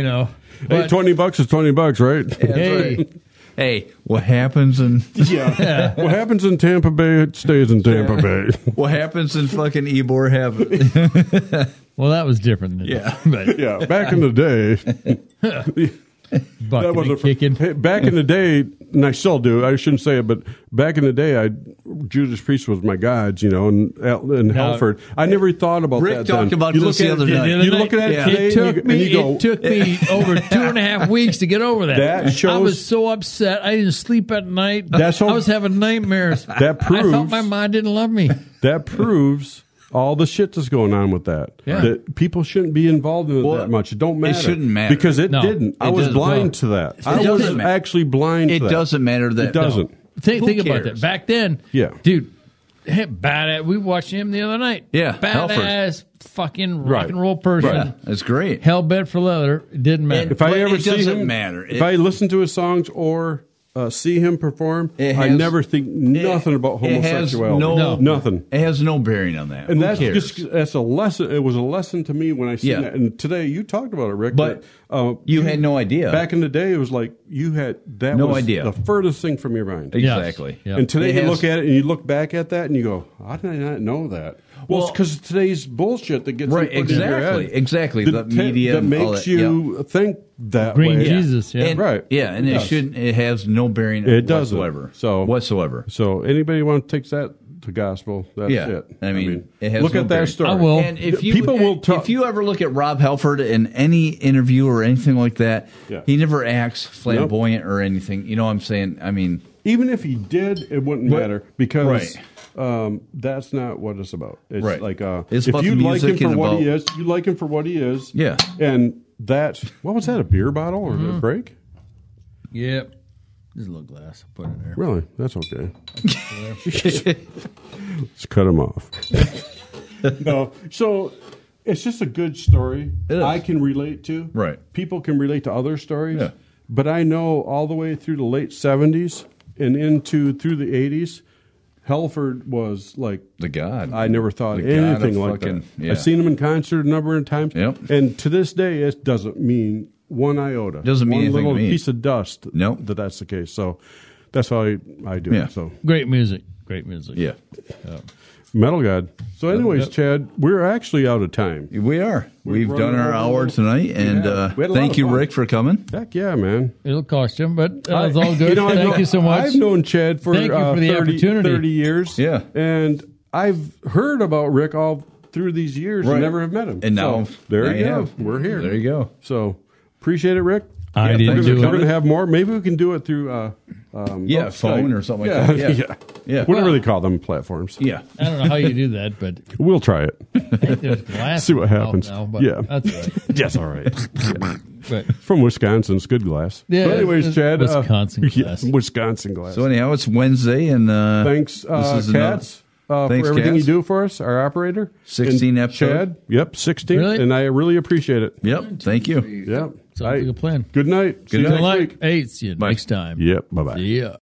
D: know, but,
C: twenty bucks is twenty bucks, right?
D: hey,
B: hey, what happens in
C: Yeah. what happens in Tampa Bay it stays in Tampa Bay.
B: what happens in fucking Ebor heaven?
D: well, that was different. Than
B: Yeah.
D: but
C: yeah, back in the day, that
D: bucket
C: was a
D: and
C: fr-
D: kicking.
C: Hey, Back in the day, and I still do. I shouldn't say it, but back in the day, I Judas Priest was my gods, you know, and and Halford. I never thought about
B: Rick
C: that.
B: talked
C: then.
B: about
C: you
B: this the
C: look at
B: other
C: it-
B: night.
C: You're looking at
B: Yeah.
C: it today,
D: It
C: and
D: took
C: you,
D: me.
C: and you go,
D: it took me over two and a half weeks to get over that.
C: That
D: I
C: shows-
D: was so upset. I didn't sleep at night.
C: That's how-
D: I was having nightmares.
C: That
D: I thought
C: proves-
D: my mom didn't love me.
C: that proves all the shit that's going on with that.
D: Yeah.
C: That people shouldn't be involved in it
B: Well,
C: that much. It don't
B: it
C: matter.
B: shouldn't matter.
C: because it
D: No.
C: didn't. I
B: It
C: was
B: doesn't.
C: blind
B: No.
C: to that.
B: It
C: I
B: doesn't
C: was
B: matter.
C: actually blind.
B: It
C: to that.
B: doesn't matter that
C: It doesn't.
D: Think,
B: Who
D: think about
B: cares?
D: that. Back then,
C: Yeah.
D: dude. Hey, badass. We watched him the other night.
B: Yeah,
D: badass, fucking rock
C: Right.
D: and roll person.
B: Yeah, that's great.
D: Hell bent for leather. It didn't matter.
B: And-
C: If I
B: But
C: ever
B: it
C: see
B: doesn't
C: him,
B: matter.
C: If
B: It-
C: I listen to his songs or uh, see him perform,
B: It
C: I
B: has-
C: never think nothing about
B: It has
C: homosexuality.
B: no-
C: nothing.
B: It has no bearing on that.
C: And
B: Who
C: that's
B: cares?
C: just that's a lesson. It was a lesson to me when I seen
B: Yeah.
C: that. And today you talked about it, Rick.
B: But
C: that, uh,
B: you had no idea.
C: Back in the day, it was like you had that
B: No
C: was
B: idea.
C: the furthest thing from your mind.
D: Yes.
B: exactly.
D: Yeah.
C: And today
B: It
C: you
B: has-
C: look at it and you look back at that and you go, "How did I not know that?" Well,
B: Well-
C: it's because today's bullshit that gets
B: Right,
C: put in your
B: exactly,
C: head.
B: exactly. The
C: That ta-
B: media
C: that
B: and all
C: makes
B: that, yeah.
C: you think that
D: Green
C: way.
D: Jesus, yeah.
B: And-
C: Right.
B: Yeah, and it
C: Yes.
B: shouldn't. It has no bearing.
C: It doesn't.
B: whatsoever.
C: So-
B: whatsoever.
C: So anybody want to take that to gospel? That's
B: Yeah.
C: it.
B: I mean, it has
C: look
B: no
C: at
B: bearing.
C: that story.
D: I will.
B: And if you
C: people will talk.
B: if you ever look at Rob Halford in any interview or anything like that,
C: Yeah.
B: he never acts flamboyant or anything. You know what I'm saying? I mean,
C: even if he did, it wouldn't
B: Right.
C: matter because
B: Right.
C: um, that's not what it's about. It's
B: Right.
C: like uh,
B: It's
C: if
B: about
C: you
B: the
C: like him
B: music
C: for
B: and
C: what he
B: about-
C: is, you like him for what he is.
B: Yeah.
C: And that what was that? A beer bottle or
D: Mm-hmm.
C: a break?
D: Yep. There's a little glass. I'll put it there.
C: Really? That's okay. Let's cut him off. no. So it's just a good story
B: It is.
C: I can relate to.
B: Right.
C: People can relate to other stories.
B: Yeah.
C: But I know all the way through the late 70s and into through the 80s, Helford was like
B: the God.
C: I never thought
B: The God of
C: Mm-hmm. anything like
B: fucking-
C: that.
B: yeah.
C: I've seen him in concert a number of times.
B: Yep.
C: And to this day, it doesn't mean one iota.
B: Doesn't mean
C: one
B: anything to
C: little
B: me.
C: piece of dust.
B: Nope.
C: That that's the case. So that's how I, I do
B: Yeah.
C: it. So
D: Great music. Great music.
B: Yeah,
C: metal god. So, anyways, Chad, we're actually out of time.
B: we are. We've,
C: run
B: done our
C: over a
B: hour
C: little-
B: tonight, and
C: Yeah.
B: uh,
C: We had a lot
B: thank
C: of
B: you,
C: fun.
B: Rick, for coming.
C: Heck yeah, man.
D: It'll cost you, but uh, it's all good.
C: I've
D: Thank
C: known-
D: you so much.
C: I've known Chad for,
D: Thank you
C: uh,
D: for the
C: 30,
D: opportunity.
C: 30 years.
B: Yeah.
C: And I've heard about Rick all through these years
B: Right.
C: and never have met him.
B: And now
C: So, there
B: now
C: you go.
B: have.
C: We're here.
B: There you go.
C: So appreciate it, Rick.
D: I
B: Yeah,
D: didn't
B: thanks for
C: We're
D: do it.
C: going
B: coming.
C: to have more. Maybe we can do it through uh, um,
B: Yeah,
C: oh,
B: phone
C: Skype.
B: or something like
C: yeah,
B: that. Yeah.
C: yeah.
B: Yeah.
C: Whatever they call them platforms.
B: Yeah.
D: I don't know how you do that, but
C: We'll try it.
D: there's glass.
C: See what
D: involved
C: happens.
D: Now, but
C: Yeah.
D: That's all right.
C: Yes, all right.
D: But
C: From Wisconsin, it's good glass.
D: Yeah,
C: But anyways,
D: it's
C: Chad. uh,
D: Wisconsin
C: yeah,
D: glass.
C: Wisconsin glass.
B: So anyhow, it's Wednesday, and uh,
C: Thanks, uh,
B: is another-
C: Cats, uh,
B: Thanks,
C: for everything
B: Cats.
C: you do for us, our operator.
B: 16
C: And
B: episode.
C: Chad, yep, 16.
D: Really?
C: And I really appreciate it.
B: Yep. Thank you.
C: Yep.
D: sounds like
C: I-
D: a plan.
C: Good night. See you
D: Good
C: next
D: luck.
C: week.
D: Hey, see you
B: Bye.
D: next time.
C: Yep. Bye bye.
D: Yeah.